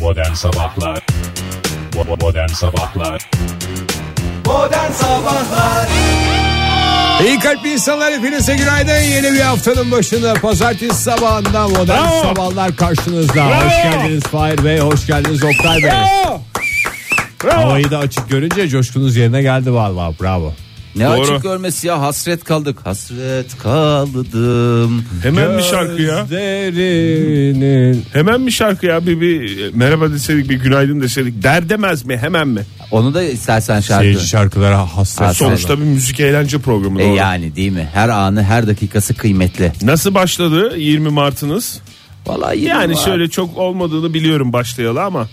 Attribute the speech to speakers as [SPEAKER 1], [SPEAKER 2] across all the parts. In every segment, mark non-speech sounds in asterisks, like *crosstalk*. [SPEAKER 1] Modern Sabahlar Bo- Modern Sabahlar
[SPEAKER 2] İyi kalpli insanlar hepinize günaydın. Yeni bir haftanın başında pazartesi sabahında modern sabahlar karşınızda. Hoş geldiniz Fahir Bey, hoş geldiniz Oktay Bey. Havayı da açık görünce coşkunuz yerine geldi vallahi bravo.
[SPEAKER 3] Ne
[SPEAKER 4] Doğru.
[SPEAKER 3] açık görmesi ya hasret kaldık. Hasret kaldım.
[SPEAKER 4] Hemen bir şarkı ya.
[SPEAKER 2] Gözlerinin-
[SPEAKER 4] Hemen bir şarkı ya. Bir, bir merhaba deseydik bir günaydın deseydik. Der demez mi hemen mi?
[SPEAKER 3] Onu da istersen şarkı.
[SPEAKER 2] Seyirci şarkılara
[SPEAKER 3] Ha,
[SPEAKER 2] hassas.
[SPEAKER 3] Pardon.
[SPEAKER 4] Sonuçta bir müzik eğlence programı.
[SPEAKER 3] E
[SPEAKER 4] şey- doğru.
[SPEAKER 3] yani değil mi? Her anı her dakikası kıymetli.
[SPEAKER 4] Nasıl başladı 20 Mart'ınız?
[SPEAKER 3] Vallahi yine
[SPEAKER 4] Yani
[SPEAKER 3] var.
[SPEAKER 4] şöyle çok olmadığını biliyorum başlayalı ama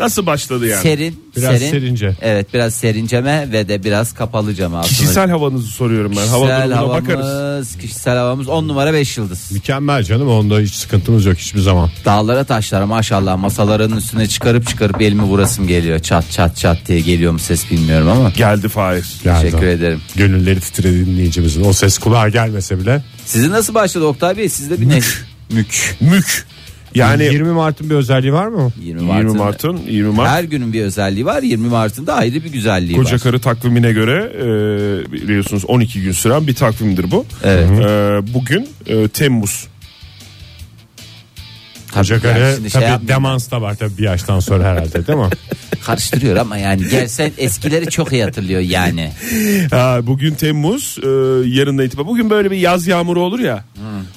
[SPEAKER 4] nasıl başladı yani?
[SPEAKER 3] serin.
[SPEAKER 2] Biraz
[SPEAKER 3] serin.
[SPEAKER 2] serince.
[SPEAKER 3] Evet biraz serinceme ve de biraz kapalı cama aslında.
[SPEAKER 4] Kişisel havanızı soruyorum ben. Hava
[SPEAKER 3] Kişisel
[SPEAKER 4] durumuna
[SPEAKER 3] havamız,
[SPEAKER 4] bakarız.
[SPEAKER 3] kişisel havamız 10 numara 5 yıldız.
[SPEAKER 2] Mükemmel canım onda hiç sıkıntımız yok hiçbir zaman.
[SPEAKER 3] Dağlara taşlara maşallah masaların üstüne çıkarıp çıkarıp elimi vurasım geliyor. Çat çat çat diye geliyor mu ses bilmiyorum ama.
[SPEAKER 4] Geldi Fahir.
[SPEAKER 2] Geldi.
[SPEAKER 3] Teşekkür ederim.
[SPEAKER 2] Gönülleri titredi dinleyicimizin. O ses kulağa gelmese bile.
[SPEAKER 3] Sizin nasıl başladı Oktay Bey? Sizde bir ne?
[SPEAKER 4] *laughs* Mük. Mük. Yani 20,
[SPEAKER 2] 20 Mart'ın bir özelliği var mı?
[SPEAKER 3] 20 Mart'ın.
[SPEAKER 4] Mart'ın 20 Mart.
[SPEAKER 3] Her günün bir özelliği var. 20 Mart'ın da ayrı bir güzelliği
[SPEAKER 4] Koca
[SPEAKER 3] var.
[SPEAKER 4] karı takvimine göre e, biliyorsunuz 12 gün süren bir takvimdir bu.
[SPEAKER 3] Evet.
[SPEAKER 4] E, bugün e, Temmuz.
[SPEAKER 2] Koca
[SPEAKER 3] yani
[SPEAKER 2] karı
[SPEAKER 3] şimdi şey
[SPEAKER 2] tabii
[SPEAKER 3] yapmayayım.
[SPEAKER 2] demans da var tabii bir yaştan sonra
[SPEAKER 3] *laughs*
[SPEAKER 2] herhalde değil mi?
[SPEAKER 3] Karıştırıyor ama yani gelsen eskileri çok iyi hatırlıyor
[SPEAKER 4] *laughs*
[SPEAKER 3] yani.
[SPEAKER 4] Ha, bugün Temmuz e, yarın da itibaren. Bugün böyle bir yaz yağmuru olur ya.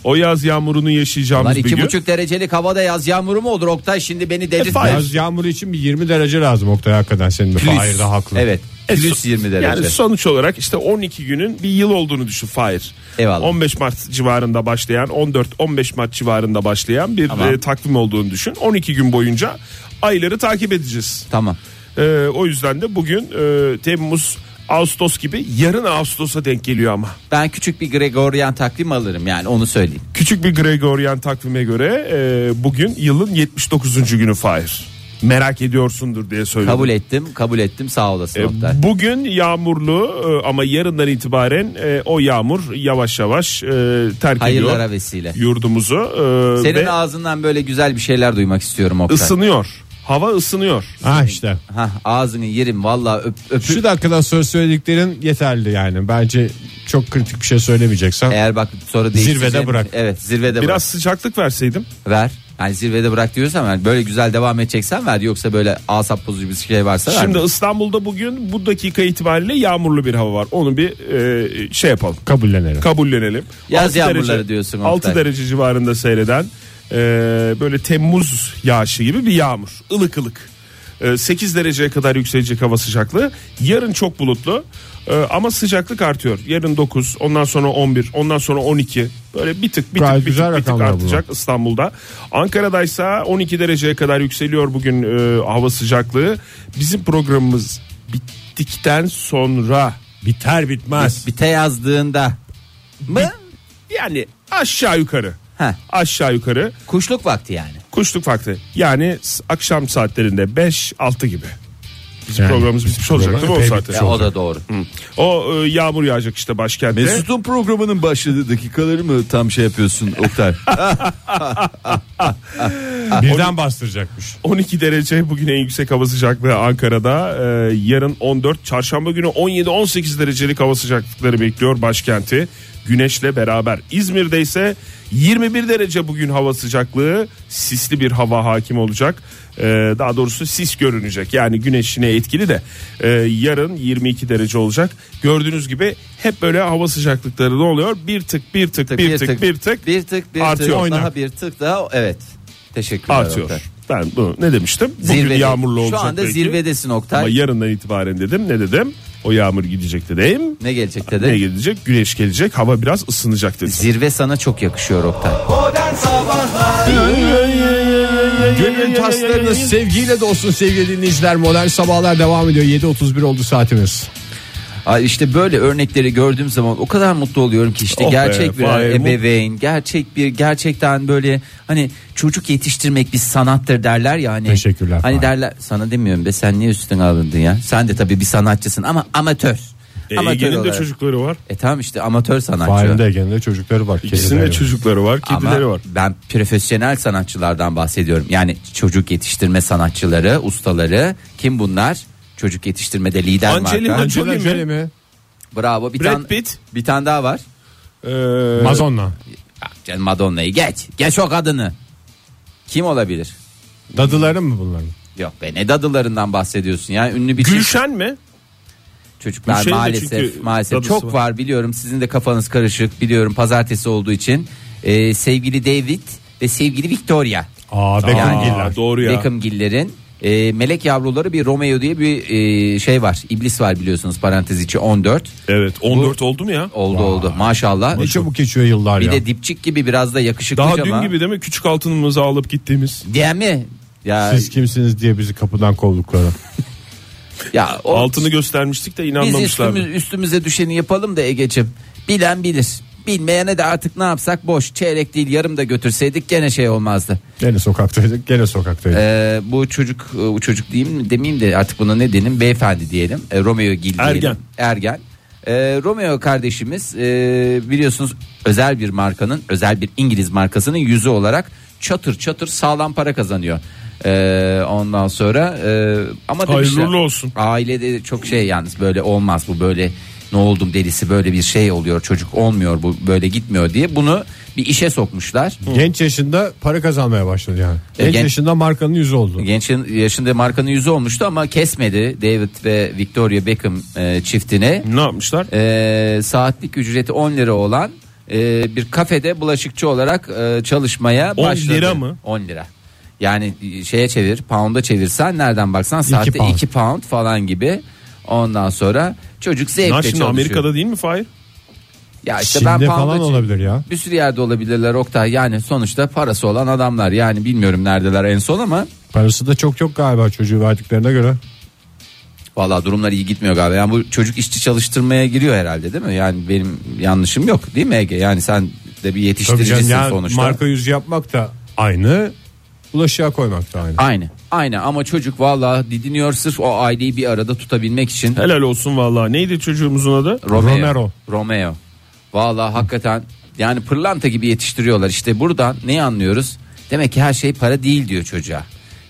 [SPEAKER 4] O yaz yağmurunu yaşayacağımız
[SPEAKER 3] Lan
[SPEAKER 4] bir
[SPEAKER 3] Hmm. iki
[SPEAKER 4] gün.
[SPEAKER 3] buçuk derecelik havada yaz yağmuru mu olur Oktay şimdi beni delirtme.
[SPEAKER 4] Hayır.
[SPEAKER 2] Yaz yağmuru için bir 20 derece lazım Oktay hakikaten senin de. Fahir de haklı.
[SPEAKER 3] Evet.
[SPEAKER 4] E,
[SPEAKER 3] Plus
[SPEAKER 4] so-
[SPEAKER 3] 20 derece.
[SPEAKER 4] Yani sonuç olarak işte 12 günün bir yıl olduğunu düşün Fahir.
[SPEAKER 3] Eyvallah.
[SPEAKER 4] 15 Mart civarında başlayan 14-15 Mart civarında başlayan bir
[SPEAKER 3] Tamam.
[SPEAKER 4] e, takvim olduğunu düşün. 12 gün boyunca ayları takip edeceğiz.
[SPEAKER 3] Tamam.
[SPEAKER 4] E, o yüzden de bugün e, Temmuz Ağustos gibi yarın Ağustos'a denk geliyor ama.
[SPEAKER 3] Ben küçük bir Gregorian takvim alırım yani onu söyleyeyim.
[SPEAKER 4] Küçük bir Gregorian takvime göre e, bugün yılın 79. günü Fahir. Merak ediyorsundur diye söyledim.
[SPEAKER 3] Kabul ettim kabul ettim sağ olasın
[SPEAKER 4] E,
[SPEAKER 3] Oktay.
[SPEAKER 4] Bugün yağmurlu e, ama yarından itibaren e, o yağmur yavaş yavaş e, terk
[SPEAKER 3] Hayırlara
[SPEAKER 4] ediyor
[SPEAKER 3] vesile.
[SPEAKER 4] yurdumuzu e,
[SPEAKER 3] Senin
[SPEAKER 4] ve
[SPEAKER 3] ağzından böyle güzel bir şeyler duymak istiyorum Oktay.
[SPEAKER 4] ısınıyor. Hava ısınıyor.
[SPEAKER 2] Ha işte.
[SPEAKER 3] Hah, ağzını yerim valla öp, öpü-
[SPEAKER 2] Şu dakikadan sonra söylediklerin yeterli yani. Bence çok kritik bir şey
[SPEAKER 3] *laughs*
[SPEAKER 2] söylemeyeceksen.
[SPEAKER 3] Eğer bak sonra
[SPEAKER 2] Zirvede
[SPEAKER 3] değiştireceğim-
[SPEAKER 2] bırak.
[SPEAKER 3] Evet zirvede
[SPEAKER 4] Biraz
[SPEAKER 3] bırak.
[SPEAKER 4] sıcaklık verseydim.
[SPEAKER 3] Ver. Yani zirvede bırak diyorsan ver. Böyle güzel devam edeceksen ver. Yoksa böyle asap bozucu bir şey varsa ver.
[SPEAKER 4] Şimdi İstanbul'da bugün bu dakika itibariyle yağmurlu bir hava var. Onu bir e, şey yapalım.
[SPEAKER 2] Kabullenelim.
[SPEAKER 4] Kabullenelim.
[SPEAKER 3] Yaz
[SPEAKER 4] Altı
[SPEAKER 3] yağmurları diyorsun Oktay.
[SPEAKER 4] 6 derece civarında seyreden e, böyle Temmuz yağışı gibi bir yağmur. Ilık ılık. E, 8 dereceye kadar yükselecek hava sıcaklığı. Yarın çok bulutlu e, ama sıcaklık artıyor. Yarın 9, ondan sonra 11, ondan sonra 12. Böyle bir tık bir
[SPEAKER 2] Gayet
[SPEAKER 4] tık bir
[SPEAKER 2] güzel
[SPEAKER 4] tık, bir tık
[SPEAKER 2] rakamlar
[SPEAKER 4] artacak İstanbul'da. Ankara'daysa 12 dereceye kadar yükseliyor bugün e, hava sıcaklığı. Bizim programımız bittikten sonra
[SPEAKER 2] Biter bitmez.
[SPEAKER 3] Bite yazdığında mı?
[SPEAKER 4] yani aşağı yukarı
[SPEAKER 3] Heh.
[SPEAKER 4] aşağı yukarı
[SPEAKER 3] Kuşluk vakti yani.
[SPEAKER 4] kuşluk vakti. Yani s- akşam saatlerinde 5-6 gibi. Bizim
[SPEAKER 2] Yani
[SPEAKER 4] programımız bitmiş olacak değil mi o
[SPEAKER 2] epey
[SPEAKER 4] saatte?
[SPEAKER 3] Ya o da doğru.
[SPEAKER 4] O e, yağmur yağacak işte başkentte.
[SPEAKER 5] Mesut'un programının başladığı dakikaları mı tam şey yapıyorsun Oktay?
[SPEAKER 2] Birden bastıracakmış.
[SPEAKER 4] 12 derece bugün en yüksek hava sıcaklığı Ankara'da. E, yarın 14, çarşamba günü 17-18 derecelik hava sıcaklıkları bekliyor başkenti. Güneşle beraber. İzmir'de ise 21 derece bugün hava sıcaklığı. Sisli bir hava hakim olacak. E, daha doğrusu sis görünecek. Yani güneşine etkili de e, yarın 22 derece olacak. Gördüğünüz gibi hep böyle hava sıcaklıkları ne oluyor? Bir tık bir tık bir tık bir tık,
[SPEAKER 3] bir tık bir tık, bir
[SPEAKER 4] Artıyor.
[SPEAKER 3] tık
[SPEAKER 4] Oynar.
[SPEAKER 3] daha bir tık daha evet. Teşekkürler
[SPEAKER 4] artıyor.
[SPEAKER 3] Oktay.
[SPEAKER 4] Ben bunu ne demiştim? Bugün
[SPEAKER 3] Zirvede.
[SPEAKER 4] yağmurlu olacak
[SPEAKER 3] Şu anda
[SPEAKER 4] belki.
[SPEAKER 3] zirvedesin Oktay.
[SPEAKER 4] Ama yarından itibaren dedim ne dedim? O yağmur gidecek dedim.
[SPEAKER 3] Ne gelecek
[SPEAKER 4] Ne
[SPEAKER 3] dedi?
[SPEAKER 4] gelecek? Güneş gelecek. Hava biraz ısınacak dedim.
[SPEAKER 3] Zirve sana çok yakışıyor Oktay.
[SPEAKER 2] Gönül taslarınız sevgiyle dolsun sevgili dinleyiciler. Modern sabahlar devam ediyor. 7.31 oldu saatimiz.
[SPEAKER 3] Ay işte böyle örnekleri gördüğüm zaman o kadar mutlu oluyorum ki işte
[SPEAKER 4] Oh be,
[SPEAKER 3] gerçek bir
[SPEAKER 4] vay,
[SPEAKER 3] ebeveyn, gerçek bir gerçekten böyle hani çocuk yetiştirmek bir sanattır derler ya hani.
[SPEAKER 2] Teşekkürler,
[SPEAKER 3] Hani
[SPEAKER 2] vay.
[SPEAKER 3] derler sana demiyorum be sen niye üstüne alındın ya? Sen de tabii bir sanatçısın ama amatör.
[SPEAKER 4] E,
[SPEAKER 3] Amatör
[SPEAKER 4] Ege'nin de
[SPEAKER 3] olarak.
[SPEAKER 4] çocukları var.
[SPEAKER 3] E tamam işte amatör sanatçı.
[SPEAKER 2] Fahim de Ege'nin de çocukları var.
[SPEAKER 4] İkisinin de
[SPEAKER 2] kedileri var.
[SPEAKER 4] çocukları var, kedileri
[SPEAKER 3] Ama
[SPEAKER 4] var.
[SPEAKER 3] ben profesyonel sanatçılardan bahsediyorum. Yani çocuk yetiştirme sanatçıları, ustaları. Kim bunlar? Çocuk yetiştirmede lider
[SPEAKER 4] Angelina
[SPEAKER 3] marka.
[SPEAKER 4] Jolie.
[SPEAKER 2] Angelina Jolie mi?
[SPEAKER 3] Bravo. Bir
[SPEAKER 4] Brad
[SPEAKER 3] tane,
[SPEAKER 4] Pitt.
[SPEAKER 3] bir tane daha var.
[SPEAKER 4] Ee,
[SPEAKER 2] Madonna.
[SPEAKER 3] Ya Ah, canım Madonna'yı geç. Geç o kadını. Kim olabilir?
[SPEAKER 2] Dadıları mı bunların?
[SPEAKER 3] Yok be ne dadılarından bahsediyorsun ya ünlü bir çift
[SPEAKER 4] Gülşen mi?
[SPEAKER 3] çocuklar
[SPEAKER 4] Gülşen'in de çünkü
[SPEAKER 3] maalesef maalesef
[SPEAKER 4] dadısı
[SPEAKER 3] çok
[SPEAKER 4] var.
[SPEAKER 3] var. biliyorum sizin de kafanız karışık biliyorum pazartesi olduğu için Ee, sevgili David ve sevgili Victoria
[SPEAKER 2] Aa Beckham
[SPEAKER 4] Aa, doğru ya.
[SPEAKER 3] Beckhamgillerin e, melek yavruları bir Romeo diye bir e, şey var iblis var biliyorsunuz parantez içi 14
[SPEAKER 4] Evet 14 oldu mu ya?
[SPEAKER 3] oldu oldu maşallah
[SPEAKER 2] Ne çabuk geçiyor yıllar
[SPEAKER 3] bir
[SPEAKER 2] ya.
[SPEAKER 3] de dipçik gibi biraz da yakışıklı
[SPEAKER 4] Daha
[SPEAKER 3] ama
[SPEAKER 4] dün gibi değil mi? Küçük altınımızı alıp gittiğimiz.
[SPEAKER 3] diye mi ya
[SPEAKER 2] Siz kimsiniz diye bizi kapıdan kovdukları.
[SPEAKER 3] ya o-
[SPEAKER 4] Altını göstermiştik de
[SPEAKER 3] Biz
[SPEAKER 4] inanmamışlar.
[SPEAKER 3] üstümüz- üstümüze düşeni yapalım da Ege'cim. Bilen bilir. Bilmeyene de artık ne yapsak boş. Çeyrek değil yarım da götürseydik gene şey olmazdı.
[SPEAKER 2] Gene sokaktaydık, gene sokaktaydık.
[SPEAKER 3] Ee, bu çocuk e, bu çocuk diyeyim mi demeyeyim de artık buna ne diyelim beyefendi diyelim. E, Romeo Gil diyelim.
[SPEAKER 4] Ergen.
[SPEAKER 3] Ergen. Ee, Romeo kardeşimiz e, biliyorsunuz özel bir markanın özel bir İngiliz markasının yüzü olarak çatır çatır sağlam para kazanıyor. Ee, ondan sonra e, ama
[SPEAKER 4] Hayırlı
[SPEAKER 3] demişler-
[SPEAKER 4] uğurlu olsun.
[SPEAKER 3] Ailede çok şey yalnız böyle olmaz bu böyle ne oldum delisi böyle bir şey oluyor çocuk olmuyor bu böyle gitmiyor diye bunu bir işe sokmuşlar.
[SPEAKER 2] Genç yaşında para kazanmaya başladı yani.
[SPEAKER 3] E,
[SPEAKER 2] Genç
[SPEAKER 3] gen-
[SPEAKER 2] yaşında markanın yüzü oldu.
[SPEAKER 3] Genç yaşında markanın yüzü olmuştu ama kesmedi David ve Victoria Beckham e, çiftine.
[SPEAKER 4] Ne yapmışlar?
[SPEAKER 3] E, saatlik ücreti 10 lira olan e, bir kafede bulaşıkçı olarak e, çalışmaya
[SPEAKER 4] 10
[SPEAKER 3] başladı.
[SPEAKER 4] lira mı?
[SPEAKER 3] 10 lira. Yani e, şeye çevir, pound'a çevirsen nereden baksan saatte 2
[SPEAKER 2] pound.
[SPEAKER 3] pound. falan gibi. Ondan sonra çocuk zevkle
[SPEAKER 4] Na şimdi
[SPEAKER 3] çalışıyor.
[SPEAKER 4] Amerika'da değil mi Fahir?
[SPEAKER 3] Ya işte ben
[SPEAKER 2] Çin'de
[SPEAKER 3] pound'a
[SPEAKER 2] falan
[SPEAKER 3] çe-
[SPEAKER 2] olabilir ya.
[SPEAKER 3] Bir sürü yerde olabilirler Oktay. Yani sonuçta parası olan adamlar. Yani bilmiyorum neredeler en son ama
[SPEAKER 2] Parası da çok yok galiba çocuğu verdiklerine göre.
[SPEAKER 3] Vallahi durumlar iyi gitmiyor galiba. Yani bu çocuk işçi çalıştırmaya giriyor herhalde değil mi? Yani benim yanlışım yok değil mi Ege? Yani sen de bir
[SPEAKER 2] Tabii canım
[SPEAKER 3] yetiştiricisin
[SPEAKER 2] yani
[SPEAKER 3] sonuçta.
[SPEAKER 2] marka yüzü yapmak da aynı. Bulaşığa koymak da aynı.
[SPEAKER 3] Aynı. Aynı ama çocuk vallahi didiniyor sırf o aileyi bir arada tutabilmek için.
[SPEAKER 4] Helal olsun vallahi. Neydi çocuğumuzun adı?
[SPEAKER 3] Romeo.
[SPEAKER 2] Romero.
[SPEAKER 3] Romeo. Vallahi hakikaten yani pırlanta gibi yetiştiriyorlar. İşte buradan ne anlıyoruz? Demek ki her şey para değil diyor çocuğa.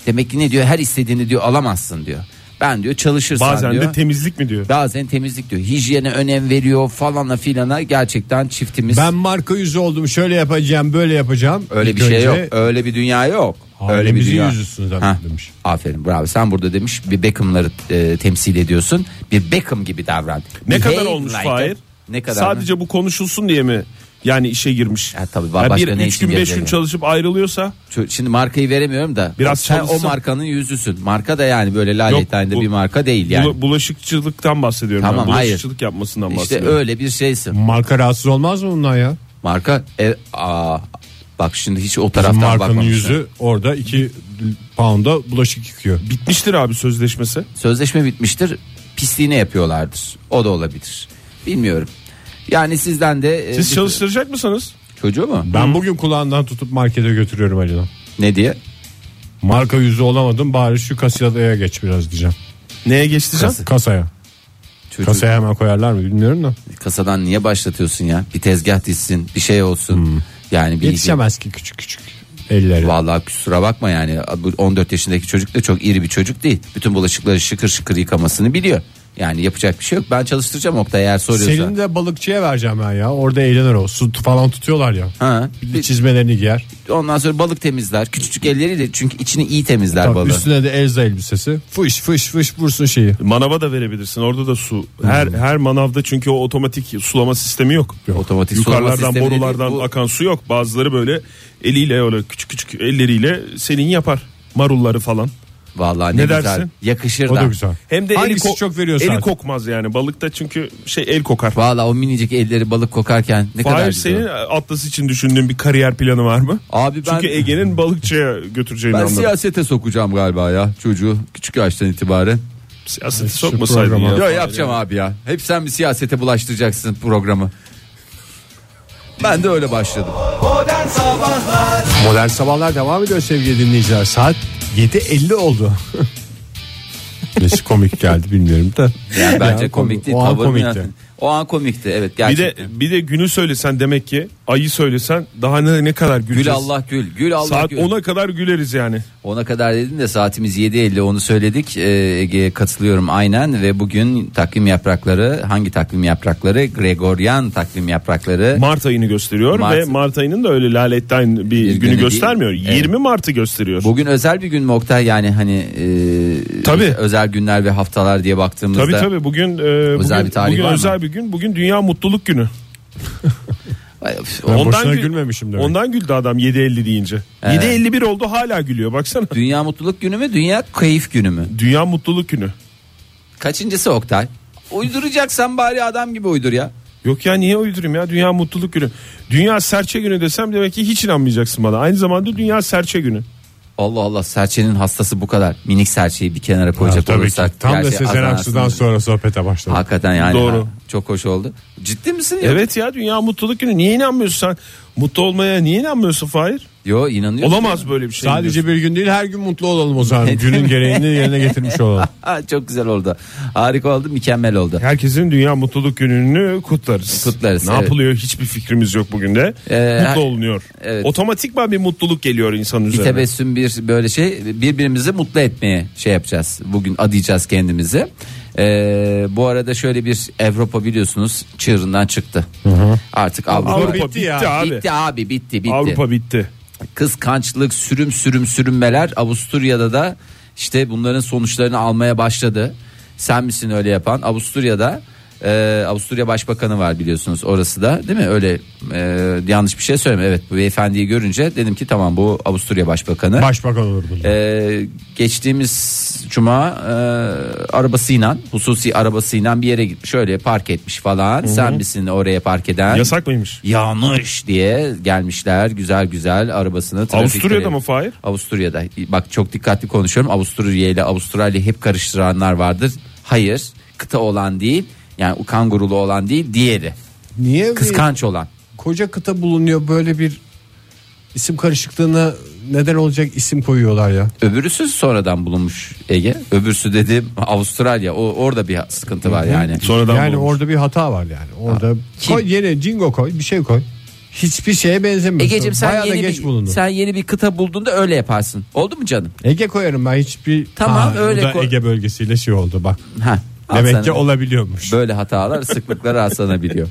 [SPEAKER 3] Demek ki ne diyor? Her istediğini diyor alamazsın diyor. Ben diyor çalışırsan
[SPEAKER 4] Bazen
[SPEAKER 3] diyor.
[SPEAKER 4] de temizlik mi diyor?
[SPEAKER 3] Bazen temizlik diyor. Hijyene önem veriyor falana filana. Gerçekten çiftimiz
[SPEAKER 2] Ben marka yüzü oldum şöyle yapacağım böyle yapacağım.
[SPEAKER 3] öyle
[SPEAKER 2] İlk
[SPEAKER 3] bir şey
[SPEAKER 2] önce
[SPEAKER 3] yok. Öyle bir dünya yok. Öyle bir
[SPEAKER 2] ailemizin
[SPEAKER 3] dünya.
[SPEAKER 2] yüzüsünüz efendim
[SPEAKER 3] Ha,
[SPEAKER 2] demiş.
[SPEAKER 3] Aferin bravo. Sen burada demiş bir Beckham'ları e, temsil ediyorsun. Bir Beckham gibi davran.
[SPEAKER 4] Ne
[SPEAKER 3] Behave
[SPEAKER 4] kadar olmuş
[SPEAKER 3] like a-
[SPEAKER 4] Fahir?
[SPEAKER 3] Ne kadar
[SPEAKER 4] Sadece
[SPEAKER 3] Sadece
[SPEAKER 4] bu konuşulsun diye mi? Yani işe girmiş.
[SPEAKER 3] Ya tabii, ba- başka
[SPEAKER 4] bir
[SPEAKER 3] ne
[SPEAKER 4] üç
[SPEAKER 3] için
[SPEAKER 4] gün beş
[SPEAKER 3] gelecek
[SPEAKER 4] gün
[SPEAKER 3] yani?
[SPEAKER 4] çalışıp ayrılıyorsa
[SPEAKER 3] Şimdi markayı veremiyorum da.
[SPEAKER 4] Biraz
[SPEAKER 3] sen o
[SPEAKER 4] çalışsın.
[SPEAKER 3] markanın yüzüsün. Marka da yani böyle lalethanede
[SPEAKER 4] bu-
[SPEAKER 3] bir marka değil yani.
[SPEAKER 4] bula- bulaşıkçılıktan bahsediyorum.
[SPEAKER 3] Tamam,
[SPEAKER 4] ben.
[SPEAKER 3] hayır.
[SPEAKER 4] Bulaşıkçılık yapmasından
[SPEAKER 3] işte
[SPEAKER 4] bahsediyorum.
[SPEAKER 3] öyle bir şeysin.
[SPEAKER 2] Marka rahatsız olmaz mı bundan ya?
[SPEAKER 3] Marka e, aa, bak şimdi hiç o taraftan
[SPEAKER 2] Markanın
[SPEAKER 3] bakmamışsın.
[SPEAKER 2] yüzü orada 2 pound'a bulaşık yıkıyor.
[SPEAKER 4] Bitmiştir abi sözleşmesi.
[SPEAKER 3] sözleşme bitmiştir pisliğini yapıyorlardır o da olabilir bilmiyorum yani sizden de e,
[SPEAKER 4] Siz
[SPEAKER 3] bir-
[SPEAKER 4] çalıştıracak mısınız?
[SPEAKER 3] çocuğu mu
[SPEAKER 2] Ben bugün kulağından tutup markete götürüyorum acaba.
[SPEAKER 3] ne diye
[SPEAKER 2] Marka yüzü olamadım bari şu kasaya geç biraz diyeceğim.
[SPEAKER 4] Neye geçeceğim?
[SPEAKER 2] Kasaya.
[SPEAKER 3] Çocuğu-
[SPEAKER 2] Kasaya hemen koyarlar mı bilmiyorum da.
[SPEAKER 3] kasadan niye başlatıyorsun ya bir tezgah dizsin bir şey olsun
[SPEAKER 4] Hmm.
[SPEAKER 3] yani bir
[SPEAKER 2] Yetişemez ki küçük küçük elleri.
[SPEAKER 3] Vallahi kusura bakma yani bu 14 yaşındaki çocuk da çok iri bir çocuk değil. Bütün bulaşıkları şıkır şıkır yıkamasını biliyor. Yani yapacak bir şey yok. Ben çalıştıracağım Oktay eğer soruyorsa.
[SPEAKER 2] Senin de balıkçıya vereceğim ben ya. Orada eğlenir o. Su falan tutuyorlar ya.
[SPEAKER 3] Ha,
[SPEAKER 2] Bir de
[SPEAKER 3] bir-
[SPEAKER 2] çizmelerini giyer.
[SPEAKER 3] ondan sonra balık temizler. Küçücük elleriyle çünkü içini iyi temizler
[SPEAKER 2] Tabii
[SPEAKER 3] balığı.
[SPEAKER 2] üstüne de Elza elbisesi. Fış fış fış vursun şeyi.
[SPEAKER 4] Manava da verebilirsin. Orada da su.
[SPEAKER 3] Hmm.
[SPEAKER 4] Her her manavda çünkü o otomatik sulama sistemi yok.
[SPEAKER 3] Otomatik sulama
[SPEAKER 4] Yukarılardan
[SPEAKER 3] sistemi dediğin
[SPEAKER 4] borulardan
[SPEAKER 3] bu-
[SPEAKER 4] akan su yok. Bazıları böyle eliyle öyle küçük küçük elleriyle senin yapar. Marulları falan.
[SPEAKER 3] Vallahi ne,
[SPEAKER 4] Ne
[SPEAKER 3] güzel.
[SPEAKER 4] dersin?
[SPEAKER 3] Yakışır
[SPEAKER 2] O
[SPEAKER 3] da.
[SPEAKER 2] da güzel.
[SPEAKER 4] Hem de
[SPEAKER 2] Hangisi
[SPEAKER 4] eli ko-
[SPEAKER 2] çok veriyor
[SPEAKER 4] Eli
[SPEAKER 2] zaten?
[SPEAKER 4] kokmaz yani. Balıkta çünkü şey el kokar.
[SPEAKER 3] Vallahi o minicik elleri balık kokarken ne kadar
[SPEAKER 4] Fahir
[SPEAKER 3] güzel.
[SPEAKER 4] senin Atlas için düşündüğün bir kariyer planı var mı?
[SPEAKER 3] Abi ben
[SPEAKER 4] Çünkü Ege'nin balıkçıya götüreceğini
[SPEAKER 3] ben
[SPEAKER 4] anladım.
[SPEAKER 3] siyasete sokacağım galiba ya çocuğu küçük yaştan itibaren.
[SPEAKER 4] Siyaseti
[SPEAKER 2] Şu
[SPEAKER 4] sokmasaydın
[SPEAKER 2] programa-
[SPEAKER 4] ya.
[SPEAKER 2] Yok,
[SPEAKER 3] Yok yapacağım abi ya. Hep sen bir siyasete bulaştıracaksın programı. Ben de öyle başladım.
[SPEAKER 2] Modern Sabahlar devam ediyor sevgili dinleyiciler. Saat 7.50 oldu. Nesi komik geldi bilmiyorum da.
[SPEAKER 3] Yani bence
[SPEAKER 2] Yani
[SPEAKER 3] komik değil.
[SPEAKER 2] O an
[SPEAKER 3] tavırını
[SPEAKER 2] komikti.
[SPEAKER 3] yaptın. O an komikti evet
[SPEAKER 4] Bir
[SPEAKER 3] gerçekten.
[SPEAKER 4] de bir de günü söylesen demek ki ayı söylesen daha ne ne kadar güleceğiz.
[SPEAKER 3] Gül Allah gül. Gül Allah
[SPEAKER 4] Saat
[SPEAKER 3] gül.
[SPEAKER 4] 10'a kadar güleriz yani.
[SPEAKER 3] Ona kadar dedin de saatimiz 7.50 onu söyledik. Ee, Ege'ye katılıyorum aynen ve bugün takvim yaprakları hangi takvim yaprakları? Gregorian takvim yaprakları.
[SPEAKER 4] Mart ayını gösteriyor
[SPEAKER 3] Mart-
[SPEAKER 4] ve Mart ayının da öyle laletten bir, günü,
[SPEAKER 3] günü değil.
[SPEAKER 4] göstermiyor.
[SPEAKER 3] Evet.
[SPEAKER 4] 20 Mart'ı gösteriyor.
[SPEAKER 3] Bugün özel bir gün mü Oktay yani hani e,
[SPEAKER 4] Tabii.
[SPEAKER 3] özel günler ve haftalar diye baktığımızda
[SPEAKER 4] Tabii tabii bugün e,
[SPEAKER 3] Özel
[SPEAKER 4] bugün,
[SPEAKER 3] bir tarih
[SPEAKER 4] bugün
[SPEAKER 3] var mı?
[SPEAKER 4] özel bir gün. Bugün Dünya Mutluluk Günü.
[SPEAKER 3] Ay, üf,
[SPEAKER 2] Ben
[SPEAKER 3] o-
[SPEAKER 2] boşuna
[SPEAKER 4] gül-
[SPEAKER 2] gülmemişim demek.
[SPEAKER 4] Ondan güldü adam 7.50 deyince. 7.51 oldu hala gülüyor baksana.
[SPEAKER 3] Dünya mutluluk günü mü dünya keyif günü mü?
[SPEAKER 4] Dünya Mutluluk Günü.
[SPEAKER 3] Kaçıncısı Oktay? Uyduracaksan bari adam gibi uydur ya.
[SPEAKER 4] Yok ya niye uydurayım ya Dünya Mutluluk Günü. Dünya Serçe Günü desem demek ki hiç inanmayacaksın bana. Aynı zamanda Dünya Serçe Günü.
[SPEAKER 3] Allah Allah serçenin hastası bu kadar. Minik serçeyi bir kenara koyacak
[SPEAKER 2] Tabii ki.
[SPEAKER 3] olursak.
[SPEAKER 2] Tam da
[SPEAKER 3] gerçi
[SPEAKER 2] Sezen
[SPEAKER 3] azan
[SPEAKER 2] Aksu'dan
[SPEAKER 3] aslında-
[SPEAKER 2] sonra sohbete başladık.
[SPEAKER 3] Hakikaten yani.
[SPEAKER 4] Doğru.
[SPEAKER 3] ha, çok hoş oldu. Ciddi misin? ya?
[SPEAKER 4] Evet ya Dünya Mutluluk Günü. Niye inanmıyorsun sen? Mutlu olmaya niye inanmıyorsun Fahir?
[SPEAKER 3] Yo inanıyorum.
[SPEAKER 4] Olamaz böyle bir şey. diyorsun.
[SPEAKER 2] Sadece bir gün değil her gün mutlu olalım o zaman. Günün gereğini yerine getirmiş olalım.
[SPEAKER 3] Ha, çok güzel oldu. Harika oldu mükemmel oldu.
[SPEAKER 4] Herkesin Dünya Mutluluk Günü'nü kutlarız.
[SPEAKER 3] Kutlarız,
[SPEAKER 4] Ne
[SPEAKER 3] evet.
[SPEAKER 4] yapılıyor hiçbir fikrimiz yok bugün de.
[SPEAKER 3] Ee,
[SPEAKER 4] Mutlu olunuyor.
[SPEAKER 3] evet.
[SPEAKER 4] Otomatikman bir mutluluk geliyor insanın
[SPEAKER 3] Bir
[SPEAKER 4] üzerine.
[SPEAKER 3] tebessüm bir böyle şey birbirimizi mutlu etmeye şey yapacağız. Bugün adayacağız kendimizi. Ee, bu arada şöyle bir Avrupa biliyorsunuz çığırından çıktı. Artık Avrupa,
[SPEAKER 4] Avrupa
[SPEAKER 2] Bitti
[SPEAKER 4] bitti,
[SPEAKER 2] ya.
[SPEAKER 4] abi.
[SPEAKER 3] bitti abi bitti bitti.
[SPEAKER 4] Avrupa bitti.
[SPEAKER 3] kıskançlık sürüm sürüm sürünmeler Avusturya'da da işte bunların sonuçlarını almaya başladı. Sen misin öyle yapan? Avusturya'da e, Avusturya Başbakanı var biliyorsunuz orası da değil mi? Öyle e, yanlış bir şey söyleme. Evet bu beyefendiyi görünce dedim ki tamam bu Avusturya Başbakanı.
[SPEAKER 2] Başbakan olurdu.
[SPEAKER 3] Ee, geçtiğimiz cuma e, arabasıyla hususi arabasıyla bir yere gitmiş şöyle park etmiş falan sen misin oraya park eden
[SPEAKER 4] Yasak mıymış?
[SPEAKER 3] yanlış diye gelmişler güzel güzel arabasını trafikte-
[SPEAKER 4] Avusturya'da mı Fahir?
[SPEAKER 3] Avusturya'da bak çok dikkatli konuşuyorum Avusturya ile Avustralya hep karıştıranlar vardır hayır kıta olan değil yani o kangurulu olan değil diğeri
[SPEAKER 2] Niye
[SPEAKER 3] kıskanç olan
[SPEAKER 2] koca kıta bulunuyor böyle bir isim karışıklığına neden olacak isim koyuyorlar ya.
[SPEAKER 3] öbürüsü sonradan bulunmuş Ege öbürsü dediğim Avustralya o orada bir sıkıntı var yani
[SPEAKER 4] Sonradan
[SPEAKER 2] yani
[SPEAKER 4] bulmuş.
[SPEAKER 2] orada bir hata var yani. Orada
[SPEAKER 3] kim?
[SPEAKER 2] koy yere cingo koy bir şey koy. Hiçbir şeye benzemiyor.
[SPEAKER 3] Ege'cim sen
[SPEAKER 2] Bayağı da
[SPEAKER 3] yeni
[SPEAKER 2] geç
[SPEAKER 3] bir
[SPEAKER 2] bulundu.
[SPEAKER 3] sen yeni bir kıta bulduğunda öyle yaparsın. Oldu mu canım?
[SPEAKER 2] Ege koyarım ben hiçbir
[SPEAKER 3] Tamam,
[SPEAKER 2] bu
[SPEAKER 3] öyle
[SPEAKER 2] da
[SPEAKER 3] koy.
[SPEAKER 2] Ege bölgesiyle şey oldu bak.
[SPEAKER 3] Ha. al
[SPEAKER 2] Demek
[SPEAKER 3] sana.
[SPEAKER 2] ki olabiliyormuş.
[SPEAKER 3] böyle hatalar
[SPEAKER 2] *laughs*
[SPEAKER 3] sıklıkla rastlanabiliyor.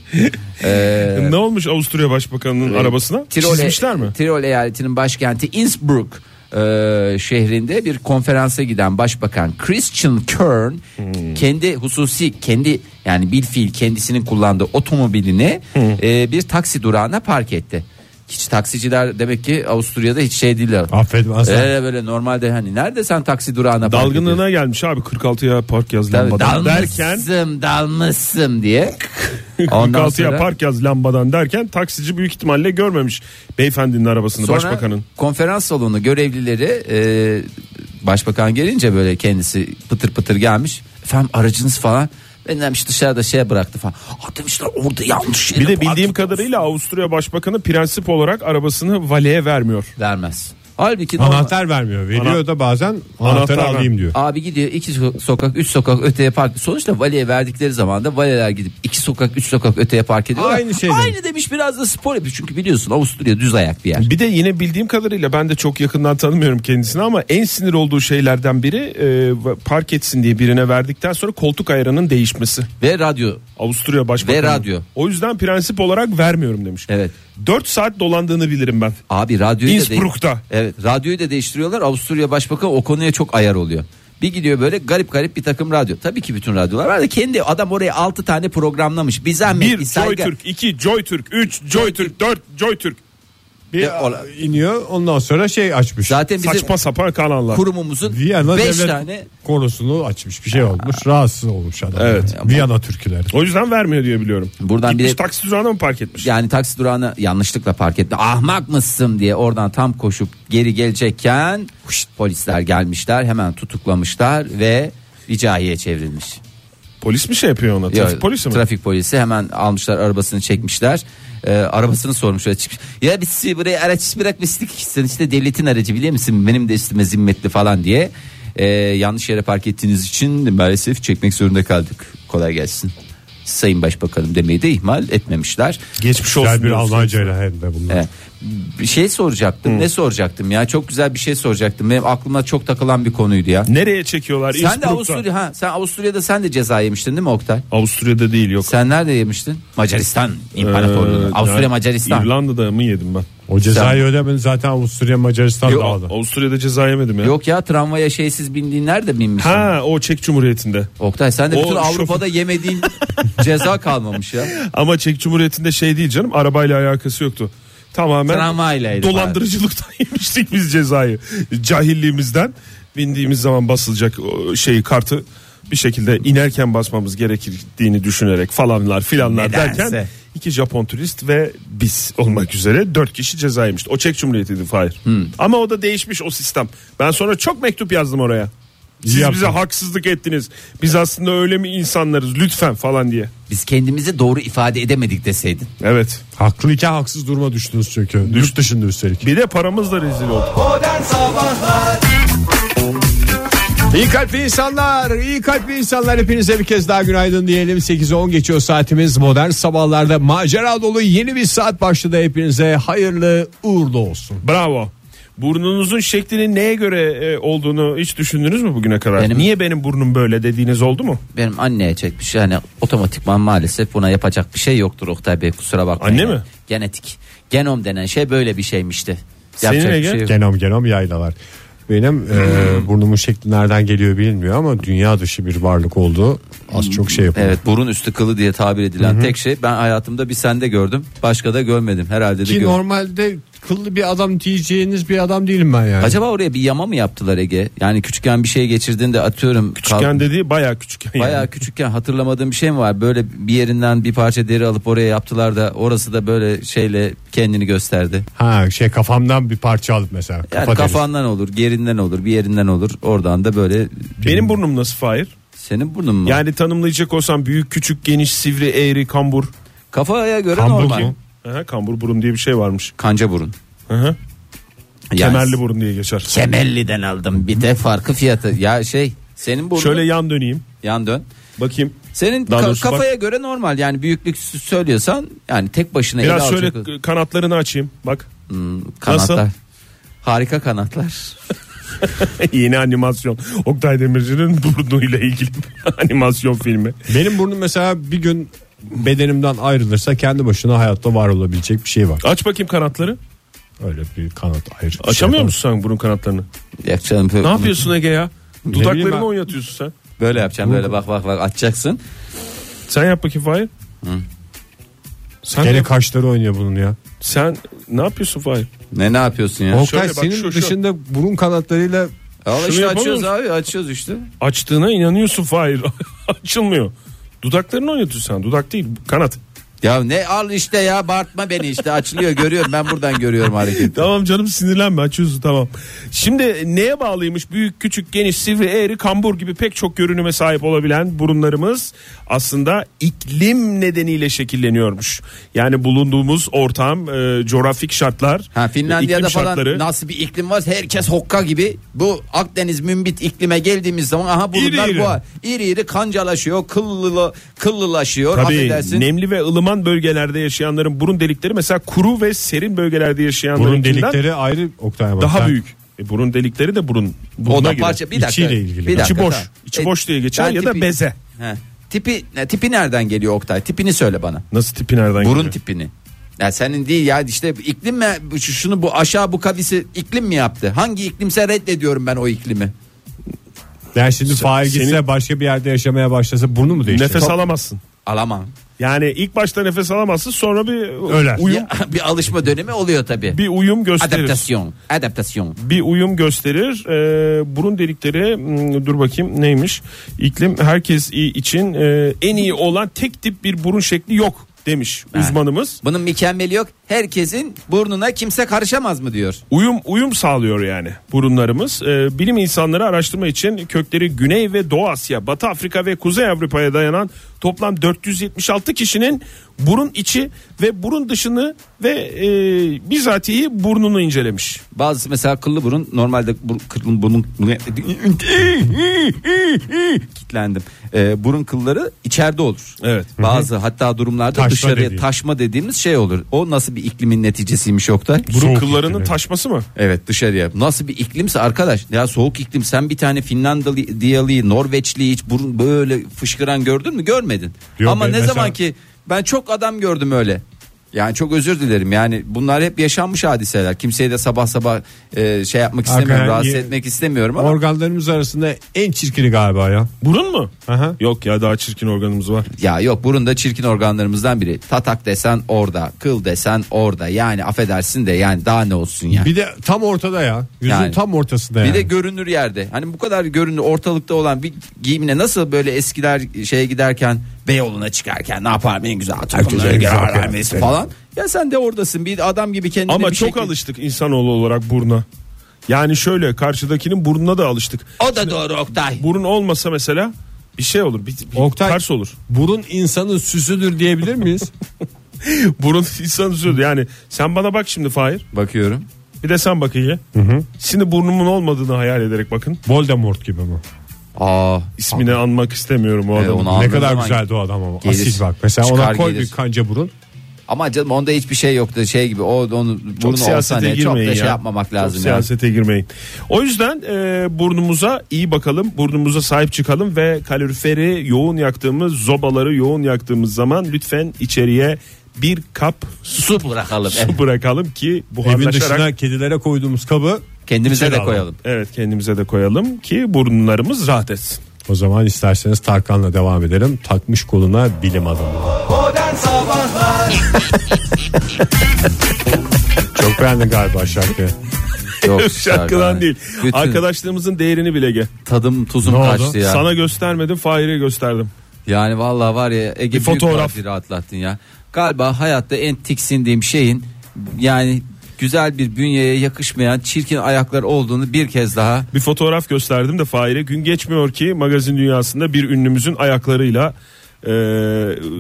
[SPEAKER 3] Ee,
[SPEAKER 4] Ne olmuş Avusturya Başbakanı'nın
[SPEAKER 3] e,
[SPEAKER 4] arabasına?
[SPEAKER 3] Tirol,
[SPEAKER 4] Çizmişler mi?
[SPEAKER 3] Tirol eyaletinin başkenti Innsbruck e, şehrinde bir konferansa giden başbakan Christian Kern
[SPEAKER 4] Hmm.
[SPEAKER 3] kendi hususi kendi yani bilfiil kendisinin kullandığı otomobilini
[SPEAKER 4] Hmm.
[SPEAKER 3] e, bir taksi durağına park etti. Hiç taksiciler demek ki Avusturya'da hiç şey değiller.
[SPEAKER 2] Affet bana sen.
[SPEAKER 3] Ee, böyle normalde hani nerede sen taksi durağına park ediyorsun?
[SPEAKER 4] Dalgınlığına gelmiş abi 46'ya park yaz
[SPEAKER 3] Tabii,
[SPEAKER 4] lambadan derken
[SPEAKER 3] dalmışsın dalmışsın
[SPEAKER 4] *laughs*
[SPEAKER 3] diye. Ondan
[SPEAKER 4] 46'ya
[SPEAKER 3] sonra,
[SPEAKER 4] park yaz lambadan derken taksici büyük ihtimalle görmemiş beyefendinin arabasını
[SPEAKER 3] sonra
[SPEAKER 4] başbakanın.
[SPEAKER 3] konferans salonu görevlileri e, başbakan gelince böyle kendisi pıtır pıtır gelmiş. Efendim aracınız falan ben demiş dışarıda şeye bıraktı falan. Aa demişler orada yanlış şeyle
[SPEAKER 4] Bir de
[SPEAKER 3] park
[SPEAKER 4] bildiğim
[SPEAKER 3] ediyorsun.
[SPEAKER 4] kadarıyla Avusturya Başbakanı prensip olarak arabasını valeye vermiyor.
[SPEAKER 3] vermez. Halbuki normal-
[SPEAKER 2] Anahtar vermiyor. Veriyor
[SPEAKER 4] Ana-
[SPEAKER 2] da bazen anahtarı
[SPEAKER 4] Anahtar ver-
[SPEAKER 2] alayım diyor.
[SPEAKER 3] Abi gidiyor iki so- sokak üç sokak öteye park. Sonuçta valiye verdikleri zaman da valiler gidip iki sokak üç sokak öteye park ediyorlar.
[SPEAKER 2] Aynı şey
[SPEAKER 3] Aynı demiş biraz da spor yapıyor. Çünkü biliyorsun Avusturya düz ayak bir yer.
[SPEAKER 4] Bir de yine bildiğim kadarıyla ben de çok yakından tanımıyorum kendisini ama en sinir olduğu şeylerden biri e, park etsin diye birine verdikten sonra koltuk ayarının değişmesi.
[SPEAKER 3] Ve radyo
[SPEAKER 4] Avusturya Başbakanı.
[SPEAKER 3] Ve radyo.
[SPEAKER 4] O yüzden prensip olarak vermiyorum demiş.
[SPEAKER 3] Evet.
[SPEAKER 4] 4 saat dolandığını bilirim ben.
[SPEAKER 3] Abi radyoyu da
[SPEAKER 4] Innsbruck'ta.
[SPEAKER 3] değiş- Evet, radyoyu da değiştiriyorlar. Avusturya Başbakanı o konuya çok ayar oluyor. Bir gidiyor böyle garip garip bir takım radyo. Tabii ki bütün radyolar var da kendi adam oraya 6 tane programlamış. Bir zahmet.
[SPEAKER 4] 1
[SPEAKER 3] bir saygı-
[SPEAKER 4] Joytürk, 2 Joytürk, 3 Joytürk, 4 Joytürk.
[SPEAKER 2] Bir
[SPEAKER 3] Ya, ola-
[SPEAKER 2] E, iniyor ondan sonra şey açmış.
[SPEAKER 3] Zaten bizim
[SPEAKER 4] Saçma sapan kanallar.
[SPEAKER 3] kurumumuzun
[SPEAKER 2] Viyana
[SPEAKER 3] 5
[SPEAKER 2] devlet
[SPEAKER 3] tane
[SPEAKER 2] konusunu açmış bir şey olmuş. Rahatsız olmuş adam.
[SPEAKER 4] Evet.
[SPEAKER 2] Viyana türküleri.
[SPEAKER 4] O yüzden vermiyor diye biliyorum.
[SPEAKER 3] Buradan bir
[SPEAKER 4] Gitmiş
[SPEAKER 3] de-
[SPEAKER 4] taksi durağına mı park etmiş?
[SPEAKER 3] yani taksi durağına yanlışlıkla park etti. Ahmak mısın diye oradan tam koşup geri gelecekken huşt, polisler gelmişler hemen tutuklamışlar ve ricaiye çevrilmiş.
[SPEAKER 4] Polis mi şey yapıyor ona? Trafik
[SPEAKER 3] Ya,
[SPEAKER 4] polisi mi?
[SPEAKER 3] Trafik polisi hemen almışlar arabasını çekmişler. Ee, arabasını sormuş öyle çıkmış. Ya biz sizi buraya araç bırakmıştık. Sen işte devletin aracı biliyor musun? Benim de üstüme zimmetli falan diye. Ee, yanlış yere park ettiğiniz için maalesef çekmek zorunda kaldık. Kolay gelsin. Sayın Başbakanım demeyi de ihmal etmemişler.
[SPEAKER 4] Geçmiş
[SPEAKER 2] Güzel
[SPEAKER 4] olsun.
[SPEAKER 2] bir
[SPEAKER 4] diyorsun.
[SPEAKER 2] Almancayla hem de bunlar.
[SPEAKER 3] Ee, bir şey soracaktım. Ne soracaktım ya? Çok güzel bir şey soracaktım. Benim aklımda çok takılan bir konuydu ya.
[SPEAKER 4] Nereye çekiyorlar?
[SPEAKER 3] Sen de
[SPEAKER 4] Innsbruck'ta.
[SPEAKER 3] Avusturya ha sen Avusturya'da sen de ceza yemiştin değil mi Oktay?
[SPEAKER 4] Avusturya'da değil yok.
[SPEAKER 3] Sen nerede yemiştin? Macaristan İmparatorluğu.
[SPEAKER 4] Ee,
[SPEAKER 3] Avusturya
[SPEAKER 4] yani
[SPEAKER 3] Macaristan.
[SPEAKER 4] İrlanda'da mı yedim ben?
[SPEAKER 2] O cezayı ödemeni zaten Avusturya Macaristan
[SPEAKER 3] Yok.
[SPEAKER 2] dağıldı.
[SPEAKER 4] Avusturya'da ceza yemedim ya.
[SPEAKER 3] Yok ya tramvaya şeysiz bindiğin nerede binmişsin?
[SPEAKER 4] Ha o Çek Cumhuriyeti'nde.
[SPEAKER 3] Oktay sen de
[SPEAKER 4] O
[SPEAKER 3] bütün
[SPEAKER 4] şoför-
[SPEAKER 3] Avrupa'da
[SPEAKER 4] *laughs*
[SPEAKER 3] yemediğin ceza kalmamış ya.
[SPEAKER 4] Ama Çek Cumhuriyeti'nde şey değil canım arabayla alakası yoktu. Tamamen
[SPEAKER 3] Tramvaylaydı
[SPEAKER 4] dolandırıcılıktan *laughs* yemiştik biz cezayı. Cahilliğimizden bindiğimiz zaman basılacak o şeyi kartı bir şekilde inerken basmamız gerektiğini düşünerek falanlar filanlar
[SPEAKER 3] Nedense.
[SPEAKER 4] derken iki Japon turist ve biz olmak üzere dört kişi ceza yemişti. O Çek Cumhuriyeti'ydi Fahir.
[SPEAKER 3] Hmm.
[SPEAKER 4] Ama o da değişmiş o sistem. Ben sonra çok mektup yazdım oraya. Siz
[SPEAKER 2] yaptın.
[SPEAKER 4] bize haksızlık ettiniz. Biz aslında öyle mi insanlarız lütfen falan diye.
[SPEAKER 3] Biz kendimizi doğru ifade edemedik deseydin.
[SPEAKER 4] Evet.
[SPEAKER 2] Haklıyken haksız duruma düştünüz çünkü. Yurt dışında üstelik.
[SPEAKER 4] Bir de paramızla rezil olduk.
[SPEAKER 2] İyi kalpli insanlar, iyi kalpli insanlar hepinize bir kez daha günaydın diyelim. 8-10 geçiyor saatimiz modern sabahlarda macera dolu yeni bir saat başladı hepinize. Hayırlı uğurlu olsun.
[SPEAKER 4] Bravo. Burnunuzun şeklinin neye göre e, olduğunu hiç düşündünüz mü bugüne kadar?
[SPEAKER 3] Benim-
[SPEAKER 4] Niye benim burnum böyle dediğiniz oldu mu?
[SPEAKER 3] Benim anneye çekmiş yani otomatikman maalesef buna yapacak bir şey yoktur Oktay Bey kusura bakmayın.
[SPEAKER 4] Anne mi?
[SPEAKER 3] Genetik. Genom denen şey böyle bir şeymişti. Yapacak
[SPEAKER 4] Senin
[SPEAKER 3] bir
[SPEAKER 4] Ege?
[SPEAKER 3] şey yok.
[SPEAKER 2] Genom genom yaylalar. Benim
[SPEAKER 3] Hmm.
[SPEAKER 2] e, burnumun şekli nereden geliyor bilinmiyor ama dünya dışı bir varlık olduğu az çok şey yapıyor.
[SPEAKER 3] Evet burun üstü kılı diye tabir edilen tek şey ben hayatımda bir sende gördüm başka da görmedim herhalde de
[SPEAKER 2] Ki
[SPEAKER 3] görmedim.
[SPEAKER 2] normalde kıllı bir adam diyeceğiniz bir adam değilim ben yani.
[SPEAKER 3] Acaba oraya bir yama mı yaptılar Ege? Yani küçükken bir şey geçirdiğinde atıyorum.
[SPEAKER 4] Küçükken dediği bayağı küçükken. yani.
[SPEAKER 3] Bayağı küçükken hatırlamadığım bir şey mi var? Böyle bir yerinden bir parça deri alıp oraya yaptılar da orası da böyle şeyle kendini gösterdi.
[SPEAKER 2] Ha şey kafamdan bir parça alıp mesela.
[SPEAKER 3] Yani
[SPEAKER 2] kafa derisi.
[SPEAKER 3] kafandan olur, gerinden olur, bir yerinden olur. Oradan da böyle
[SPEAKER 4] Benim burnum nasıl Fahir?
[SPEAKER 3] senin burnun mu?
[SPEAKER 4] Yani tanımlayacak olsam büyük, küçük, geniş, sivri, eğri, kambur.
[SPEAKER 3] kafaya göre
[SPEAKER 2] Kambur
[SPEAKER 3] normal.
[SPEAKER 2] mu?
[SPEAKER 4] Aha, kambur burun diye bir şey varmış.
[SPEAKER 3] Kanca burun.
[SPEAKER 4] Aha.
[SPEAKER 3] Yani
[SPEAKER 4] Kemerli burun diye geçer.
[SPEAKER 3] Kemerli'den aldım. Bir de farkı fiyatı. Ya şey senin burnun
[SPEAKER 4] Şöyle
[SPEAKER 3] Şöyle...
[SPEAKER 4] yan döneyim.
[SPEAKER 3] yan dön.
[SPEAKER 4] Bakayım.
[SPEAKER 3] Senin
[SPEAKER 4] Daha
[SPEAKER 3] ka-
[SPEAKER 4] doğrusu bak-
[SPEAKER 3] kafaya göre normal yani büyüklük s- söylüyorsan yani tek başına ele
[SPEAKER 4] Biraz
[SPEAKER 3] alacak-
[SPEAKER 4] şöyle kanatlarını açayım. Bak. *laughs*
[SPEAKER 3] kanatlar.
[SPEAKER 4] Nasıl?
[SPEAKER 3] Harika kanatlar.
[SPEAKER 4] Yeni animasyon. Oktay Demirci'nin *laughs* burnuyla ilgili bir animasyon filmi.
[SPEAKER 2] Benim burnum mesela bir gün bedenimden ayrılırsa kendi başına hayatta var olabilecek bir şey var.
[SPEAKER 4] Aç bakayım kanatları.
[SPEAKER 2] Öyle bir kanat ayrı.
[SPEAKER 4] Açamıyor musun sen burun kanatlarını?
[SPEAKER 3] Yok canım,
[SPEAKER 4] Ne yapıyorsun Ege ya?
[SPEAKER 2] bileyim ben.
[SPEAKER 4] Dudaklarını oynatıyorsun sen.
[SPEAKER 3] Böyle yapacağım böyle bak bak bak açacaksın.
[SPEAKER 4] Sen yap bakayım Fahir. Sen,
[SPEAKER 2] Gene
[SPEAKER 4] yap-
[SPEAKER 2] kaşları oynuyor bunun ya.
[SPEAKER 4] sen ne yapıyorsun Fahir?
[SPEAKER 3] Ne ne yapıyorsun ya?
[SPEAKER 2] Oktay
[SPEAKER 4] bak,
[SPEAKER 2] senin
[SPEAKER 4] şu, şu.
[SPEAKER 2] dışında burun kanatlarıyla
[SPEAKER 3] Al
[SPEAKER 4] şunu
[SPEAKER 3] işte açıyoruz
[SPEAKER 4] yapamıyor
[SPEAKER 3] abi açıyoruz işte.
[SPEAKER 4] Açtığına inanıyorsun Fahir. *laughs* Açılmıyor. Dudaklarını oynatıyorsun sen. Dudak değil kanat.
[SPEAKER 3] Ya ne al işte ya bağırtma beni işte açılıyor görüyorum ben buradan görüyorum hareketi.
[SPEAKER 4] Tamam canım sinirlenme açıyorsun tamam. Şimdi neye bağlıymış büyük küçük geniş sivri eğri kambur gibi pek çok görünüme sahip olabilen burunlarımız aslında iklim nedeniyle şekilleniyormuş. Yani bulunduğumuz ortam, e, coğrafik şartlar,
[SPEAKER 3] Ha Finlandiya'da
[SPEAKER 4] iklim
[SPEAKER 3] falan
[SPEAKER 4] şartları.
[SPEAKER 3] nasıl bir iklim var herkes hokka gibi. Bu Akdeniz mümbit iklime geldiğimiz zaman aha bunlar
[SPEAKER 4] İri iri.
[SPEAKER 3] bu. İri iri kancalaşıyor, kıllı kıllılaşıyor.
[SPEAKER 4] Tabii
[SPEAKER 3] affedersin.
[SPEAKER 4] nemli ve ılıman bölgelerde yaşayanların burun delikleri mesela kuru ve serin bölgelerde yaşayanların
[SPEAKER 2] burun delikleri ayrı Oktay bak.
[SPEAKER 4] daha
[SPEAKER 2] sen-
[SPEAKER 4] büyük. E, burun delikleri de burun
[SPEAKER 3] O
[SPEAKER 4] buruna
[SPEAKER 3] da
[SPEAKER 4] girer.
[SPEAKER 3] parça bir dakika.
[SPEAKER 2] İçiyle ilgili.
[SPEAKER 3] Bir
[SPEAKER 2] İçi
[SPEAKER 3] dakika,
[SPEAKER 4] boş.
[SPEAKER 3] tamam. E,
[SPEAKER 4] İçi boş diye geçer
[SPEAKER 3] ben
[SPEAKER 4] ya da beze.
[SPEAKER 3] He. Tipi ne, tipi nereden geliyor Oktay? Tipini söyle bana.
[SPEAKER 4] Nasıl tipi nereden
[SPEAKER 3] Burun
[SPEAKER 4] geliyor?
[SPEAKER 3] tipini. Ya senin değil ya işte iklim mi bu- şu- şunu bu aşağı bu kavisi iklim mi yaptı? Hangi iklimse reddediyorum ben o iklimi.
[SPEAKER 2] Yani şimdi Fahir
[SPEAKER 4] senin-
[SPEAKER 2] gitse başka bir yerde yaşamaya başlasa burnu mu değişecek?
[SPEAKER 4] Nefes alamazsın.
[SPEAKER 3] Alamam.
[SPEAKER 4] Yani ilk başta nefes alamazsın sonra bir
[SPEAKER 2] Öler.
[SPEAKER 4] uyum
[SPEAKER 3] Ya, *laughs* bir alışma dönemi oluyor tabii.
[SPEAKER 4] bir uyum gösterir.
[SPEAKER 3] Adaptasyon. Adaptasyon.
[SPEAKER 4] Bir uyum gösterir. Ee, burun delikleri hmm, dur bakayım neymiş? İklim herkes i- için e, en iyi olan tek tip bir burun şekli yok demiş uzmanımız.
[SPEAKER 3] Bunun mükemmeli yok. Herkesin burnuna kimse karışamaz mı diyor.
[SPEAKER 4] Uyum uyum sağlıyor yani burunlarımız. Ee, bilim insanları araştırma için kökleri Güney ve Doğu Asya, Batı Afrika ve Kuzey Avrupa'ya dayanan toplam 476 kişinin burun içi ve burun dışını ve e, bizatihi burnunu incelemiş.
[SPEAKER 3] Bazısı mesela kıllı burun normalde bur, kırlı burun kitlendim. Ee, burun kılları içeride olur.
[SPEAKER 4] Evet.
[SPEAKER 3] Bazı hatta durumlarda
[SPEAKER 2] Taşma
[SPEAKER 3] dışarıya
[SPEAKER 2] dediği.
[SPEAKER 3] taşma dediğimiz şey olur. O nasıl bir iklimin neticesiymiş Oktay?
[SPEAKER 4] Burun
[SPEAKER 2] Soğuk
[SPEAKER 4] kıllarının
[SPEAKER 2] iklim, evet.
[SPEAKER 4] taşması mı?
[SPEAKER 3] Evet dışarıya. Nasıl bir iklimse arkadaş. Ya soğuk iklim sen bir tane Finlandiyalı'yı, Norveçli'yi hiç burun böyle fışkıran gördün mü? Görmedin.
[SPEAKER 2] Yok,
[SPEAKER 3] Ama
[SPEAKER 2] ben
[SPEAKER 3] ne
[SPEAKER 2] mesela-
[SPEAKER 3] zaman ki ben çok adam gördüm öyle. Yani çok özür dilerim. Yani bunlar hep yaşanmış hadiseler. Kimseye de sabah sabah e, şey yapmak istemiyorum,
[SPEAKER 2] Hakikaten
[SPEAKER 3] rahatsız
[SPEAKER 2] iyi.
[SPEAKER 3] etmek istemiyorum ama
[SPEAKER 2] Organlarımız arasında en çirkini galiba ya.
[SPEAKER 4] Burun mu?
[SPEAKER 2] Aha.
[SPEAKER 4] Yok ya daha çirkin organımız var.
[SPEAKER 3] ya yok burun da çirkin organlarımızdan biri. Tatak desen orada, kıl desen orada. Yani affedersin de yani daha ne olsun yani.
[SPEAKER 2] Bir de tam ortada ya. Yüzün
[SPEAKER 3] Yani.
[SPEAKER 2] tam ortasında
[SPEAKER 3] Bir
[SPEAKER 2] yani.
[SPEAKER 3] de görünür yerde. Hani bu kadar görünür ortalıkta olan bir giyimine nasıl böyle eskiler şeye giderken Beyoğlu'na çıkarken ne yaparım en güzel takımlara
[SPEAKER 2] güzel
[SPEAKER 3] girer
[SPEAKER 2] kıyafet.
[SPEAKER 3] vermesi falan. Ya sen de oradasın bir adam gibi kendine
[SPEAKER 4] Ama
[SPEAKER 3] bir
[SPEAKER 4] çok
[SPEAKER 3] şekil-
[SPEAKER 4] alıştık insanoğlu olarak buruna. Yani şöyle karşıdakinin burnuna da alıştık.
[SPEAKER 3] O da doğru Oktay.
[SPEAKER 4] Burun olmasa mesela bir şey olur. Bir, bir
[SPEAKER 2] Oktay-
[SPEAKER 4] ters olur.
[SPEAKER 2] Burun insanın süsüdür diyebilir
[SPEAKER 4] *laughs*
[SPEAKER 2] miyiz?
[SPEAKER 4] Burun *laughs* insanı üzüldü. Yani sen bana bak şimdi Fahir.
[SPEAKER 3] Bakıyorum.
[SPEAKER 4] Bir de sen bak iyi. Şimdi burnumun olmadığını hayal ederek bakın.
[SPEAKER 2] Voldemort gibi mi?
[SPEAKER 3] Aa,
[SPEAKER 4] İsmini anmak istemiyorum o
[SPEAKER 3] e,
[SPEAKER 4] adamın.
[SPEAKER 3] onu anladım
[SPEAKER 2] ne kadar
[SPEAKER 3] ama-
[SPEAKER 2] güzeldi o adam ama.
[SPEAKER 3] Gelir.
[SPEAKER 2] Asil bak. Mesela
[SPEAKER 3] Çıkar
[SPEAKER 2] ona koy
[SPEAKER 3] gelir.
[SPEAKER 2] bir kanca burun.
[SPEAKER 3] Ama canım onda hiçbir şey yoktu şey gibi. O onu
[SPEAKER 4] Çok
[SPEAKER 3] burnu olsa
[SPEAKER 4] siyasete
[SPEAKER 3] ne, çok da
[SPEAKER 4] girmeyin ya.
[SPEAKER 3] şey yapmamak
[SPEAKER 4] Çok
[SPEAKER 3] lazım ya.
[SPEAKER 4] siyasete girmeyin. O yüzden e, burnumuza iyi bakalım. Burnumuza sahip çıkalım ve kaloriferi yoğun yaktığımız, zobaları yoğun yaktığımız zaman lütfen içeriye bir kap
[SPEAKER 3] *laughs* Su bırakalım.
[SPEAKER 4] su bırakalım ki
[SPEAKER 2] Evin
[SPEAKER 4] buharlaşarak
[SPEAKER 2] dışına kedilere koyduğumuz kabı
[SPEAKER 3] Kendimize
[SPEAKER 2] İçeri
[SPEAKER 3] de
[SPEAKER 2] alalım.
[SPEAKER 3] koyalım.
[SPEAKER 4] Evet kendimize de koyalım ki burunlarımız rahat etsin.
[SPEAKER 2] o zaman isterseniz Tarkan'la devam edelim. Takmış koluna bilim adamı. Çok beğendin galiba
[SPEAKER 4] *laughs*
[SPEAKER 2] şarkıyı.
[SPEAKER 3] Yok
[SPEAKER 4] Şarkıdan
[SPEAKER 3] Serkan.
[SPEAKER 4] değil.
[SPEAKER 3] Bütün
[SPEAKER 4] Arkadaşlığımızın değerini bile gel.
[SPEAKER 3] tadım tuzum
[SPEAKER 2] Ne oldu?
[SPEAKER 3] kaçtı ya.
[SPEAKER 4] Sana göstermedim Fahir'e gösterdim.
[SPEAKER 3] Yani vallahi var ya Ege büyük
[SPEAKER 4] fotoğraf.
[SPEAKER 3] fotoğraf rahatlattın ya. Galiba hayatta en tiksindiğim şeyin yani güzel bir bünyeye yakışmayan çirkin ayaklar olduğunu bir kez daha
[SPEAKER 4] Bir fotoğraf gösterdim de Fahir'e. Gün geçmiyor ki magazin dünyasında bir ünlümüzün ayaklarıyla e,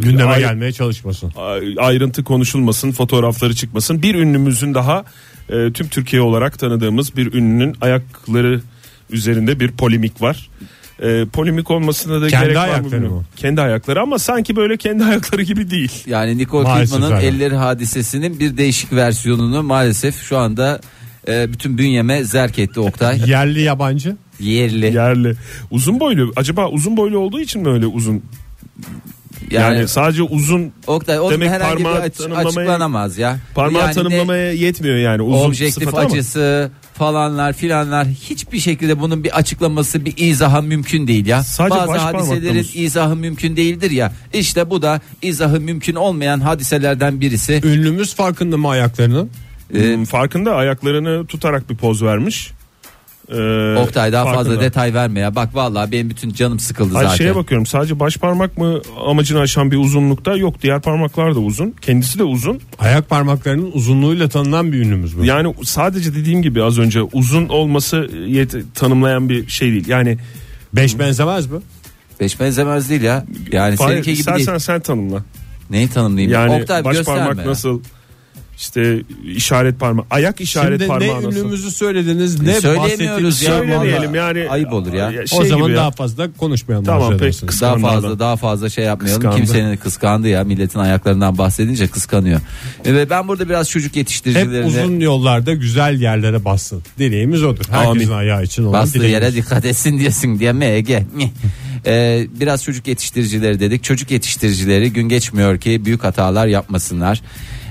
[SPEAKER 2] Gündeme
[SPEAKER 4] ay-
[SPEAKER 2] gelmeye çalışmasın.
[SPEAKER 4] ay- ayrıntı konuşulmasın, fotoğrafları çıkmasın. Bir ünlümüzün daha e, tüm Türkiye olarak tanıdığımız bir ünlünün ayakları üzerinde bir polemik var. E, polemik olmasına da
[SPEAKER 2] Kendi
[SPEAKER 4] gerek var mı
[SPEAKER 2] ayakları
[SPEAKER 4] bilmiyorum.
[SPEAKER 2] mı?
[SPEAKER 4] Kendi ayakları ama sanki böyle kendi *laughs* ayakları gibi değil.
[SPEAKER 3] yani Nicole
[SPEAKER 2] Maalesef
[SPEAKER 3] Kidman'ın
[SPEAKER 2] öyle.
[SPEAKER 3] elleri hadisesinin bir değişik versiyonunu maalesef şu anda e, bütün bünyeme zerk etti Oktay.
[SPEAKER 2] Yerli yabancı.
[SPEAKER 3] Yerli. Yani,
[SPEAKER 4] Yerli. Uzun boylu. Acaba uzun boylu olduğu için mi öyle uzun? Yani, sadece uzun
[SPEAKER 3] Oktay onun
[SPEAKER 4] demek
[SPEAKER 3] herhangi bir
[SPEAKER 4] parmağı
[SPEAKER 3] aç-
[SPEAKER 4] tanımlamaya-
[SPEAKER 3] açıklanamaz ya.
[SPEAKER 4] parmağı
[SPEAKER 3] Yani ne-
[SPEAKER 4] tanımlamaya yetmiyor yani uzun
[SPEAKER 3] objektif
[SPEAKER 4] sıfat ama.
[SPEAKER 3] acısı falanlar filanlar hiçbir şekilde bunun bir açıklaması bir izahı mümkün değil ya.
[SPEAKER 4] Sadece
[SPEAKER 3] Bazı
[SPEAKER 4] baş
[SPEAKER 3] hadiselerin
[SPEAKER 4] parmaklarımız.
[SPEAKER 3] izahı mümkün değildir ya. İşte bu da izahı mümkün olmayan hadiselerden birisi.
[SPEAKER 2] Ünlümüz farkında mı ayaklarının?
[SPEAKER 4] Hmm, farkında ayaklarını tutarak bir poz vermiş. Ee,
[SPEAKER 3] Oktay daha fazla
[SPEAKER 4] farkında.
[SPEAKER 3] detay verme ya. Bak vallahi benim bütün canım sıkıldı
[SPEAKER 4] Ay,
[SPEAKER 3] zaten.
[SPEAKER 4] şeye bakıyorum sadece baş parmak mı amacını aşan bir uzunlukta yok diğer parmaklar da uzun kendisi de uzun
[SPEAKER 2] Ayak parmaklarının uzunluğuyla tanınan bir ünlümüz bu.
[SPEAKER 4] yani sadece dediğim gibi az önce uzun olması yet- tanımlayan bir şey değil yani
[SPEAKER 2] Beş benzemez mi?
[SPEAKER 3] Beş benzemez değil ya. Yani
[SPEAKER 4] Fahir,
[SPEAKER 3] seninki gibi
[SPEAKER 4] istersen
[SPEAKER 3] değil.
[SPEAKER 4] sen tanımla
[SPEAKER 3] Neyi tanımlayayım?
[SPEAKER 4] yani
[SPEAKER 3] Oktay bir
[SPEAKER 4] baş
[SPEAKER 3] gösterme
[SPEAKER 4] parmak
[SPEAKER 3] ya.
[SPEAKER 4] nasıl işte işaret parmağı ayak işaret
[SPEAKER 2] Şimdi ne
[SPEAKER 4] parmağı nasıl
[SPEAKER 2] ünlümüzü söylediniz ne
[SPEAKER 3] söyleyemiyoruz
[SPEAKER 2] bahsettiğiniz
[SPEAKER 3] ya.
[SPEAKER 2] şey-
[SPEAKER 4] söylemeyelim
[SPEAKER 3] Vallahi
[SPEAKER 4] yani
[SPEAKER 3] ayıp olur ya.
[SPEAKER 4] şey
[SPEAKER 2] o zaman
[SPEAKER 4] gibi ya.
[SPEAKER 2] daha fazla konuşmayalım.
[SPEAKER 4] Tamam,
[SPEAKER 2] arzu
[SPEAKER 4] peki.
[SPEAKER 2] edersiniz.
[SPEAKER 3] Daha
[SPEAKER 4] Kıskandı
[SPEAKER 3] fazla
[SPEAKER 4] adam.
[SPEAKER 3] daha fazla şey yapmayalım.
[SPEAKER 4] Kıskandı.
[SPEAKER 3] Kimsenin kıskandı ya milletin ayaklarından bahsedince kıskanıyor. Ve ben burada biraz çocuk
[SPEAKER 2] Hep
[SPEAKER 3] yetiştiricilerine
[SPEAKER 2] uzun yollarda güzel yerlere bassın. Dileğimiz odur. Herkesin
[SPEAKER 4] Amin.
[SPEAKER 2] ayağı için olan
[SPEAKER 3] Bastığı
[SPEAKER 2] dileğimiz.
[SPEAKER 3] yere dikkat etsin diyorsun diye mi Ege? Mi? Ee, biraz çocuk yetiştiricileri dedik. Çocuk yetiştiricileri gün geçmiyor ki büyük hatalar yapmasınlar.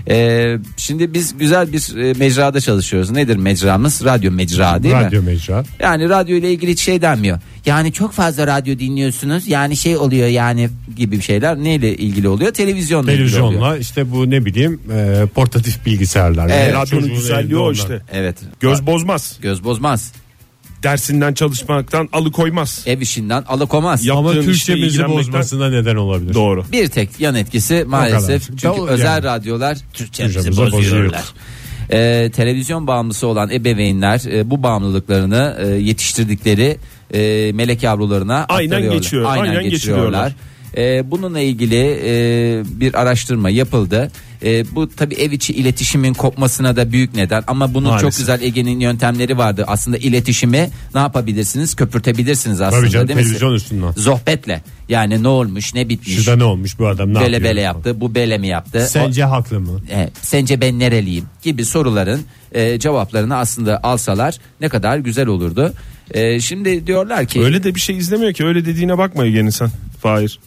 [SPEAKER 3] Ee, şimdi biz güzel bir e, mecrada çalışıyoruz. Nedir mecramız? Radyo mecra değil mi?
[SPEAKER 2] Radyo mecra.
[SPEAKER 3] Yani radyo ile ilgili hiç şey denmiyor. Yani çok fazla radyo dinliyorsunuz. Yani şey oluyor yani gibi şeyler neyle ilgili oluyor? Televizyonla, ilgili oluyor.
[SPEAKER 2] Televizyonla işte bu ne bileyim e, portatif bilgisayarlar.
[SPEAKER 3] Evet.
[SPEAKER 2] Yani
[SPEAKER 4] E, Radyonun
[SPEAKER 2] çocuğun
[SPEAKER 4] güzelliği
[SPEAKER 2] elinde
[SPEAKER 4] o
[SPEAKER 2] olan.
[SPEAKER 4] işte
[SPEAKER 3] Evet.
[SPEAKER 4] göz bozmaz
[SPEAKER 3] Göz bozmaz.
[SPEAKER 4] dersinden çalışmaktan alıkoymaz
[SPEAKER 3] Ev işinden alıkomaz.
[SPEAKER 4] Ya-
[SPEAKER 2] Ama
[SPEAKER 4] Yaptığın
[SPEAKER 2] Türkçemizi
[SPEAKER 4] işle ilgilenmekten-
[SPEAKER 2] bozmasına neden olabilir.
[SPEAKER 4] doğru
[SPEAKER 3] Bir tek yan etkisi
[SPEAKER 2] kadar.
[SPEAKER 3] maalesef. Çünkü
[SPEAKER 2] Doğru
[SPEAKER 3] özel
[SPEAKER 2] yani.
[SPEAKER 3] radyolar Türkçemizi
[SPEAKER 2] Türkçemizi
[SPEAKER 3] bozuyorlar.
[SPEAKER 2] bozuyor.
[SPEAKER 3] Ee, televizyon bağımlısı olan ebeveynler e, bu bağımlılıklarını e, yetiştirdikleri e, melek yavrularına
[SPEAKER 4] Aynen
[SPEAKER 3] aktarıyorlar.
[SPEAKER 4] geçiyor, aynen geçiriyorlar.
[SPEAKER 3] E, bununla ilgili e, bir araştırma yapıldı. E, bu tabii ev içi iletişimin kopmasına da büyük neden ama bunun çok
[SPEAKER 2] Maalesef.
[SPEAKER 3] güzel Ege'nin yöntemleri vardı. Aslında iletişimi ne yapabilirsiniz? Köpürtebilirsiniz aslında
[SPEAKER 2] Tabii canım
[SPEAKER 3] değil mi?
[SPEAKER 2] televizyon üstünden.
[SPEAKER 3] Zohbetle. Yani ne olmuş, ne bitmiş.
[SPEAKER 2] Şurada ne olmuş bu adam ne
[SPEAKER 3] bele
[SPEAKER 2] yapıyor?
[SPEAKER 3] bele yaptı, bu bele mi yaptı?
[SPEAKER 2] Sence haklı mı?
[SPEAKER 3] O- e, sence ben nereliyim gibi soruların e, cevaplarını aslında alsalar ne kadar güzel olurdu. E, şimdi diyorlar ki
[SPEAKER 4] Öyle de bir şey izlemiyor ki öyle dediğine bakma Ege'nin sen Fahir.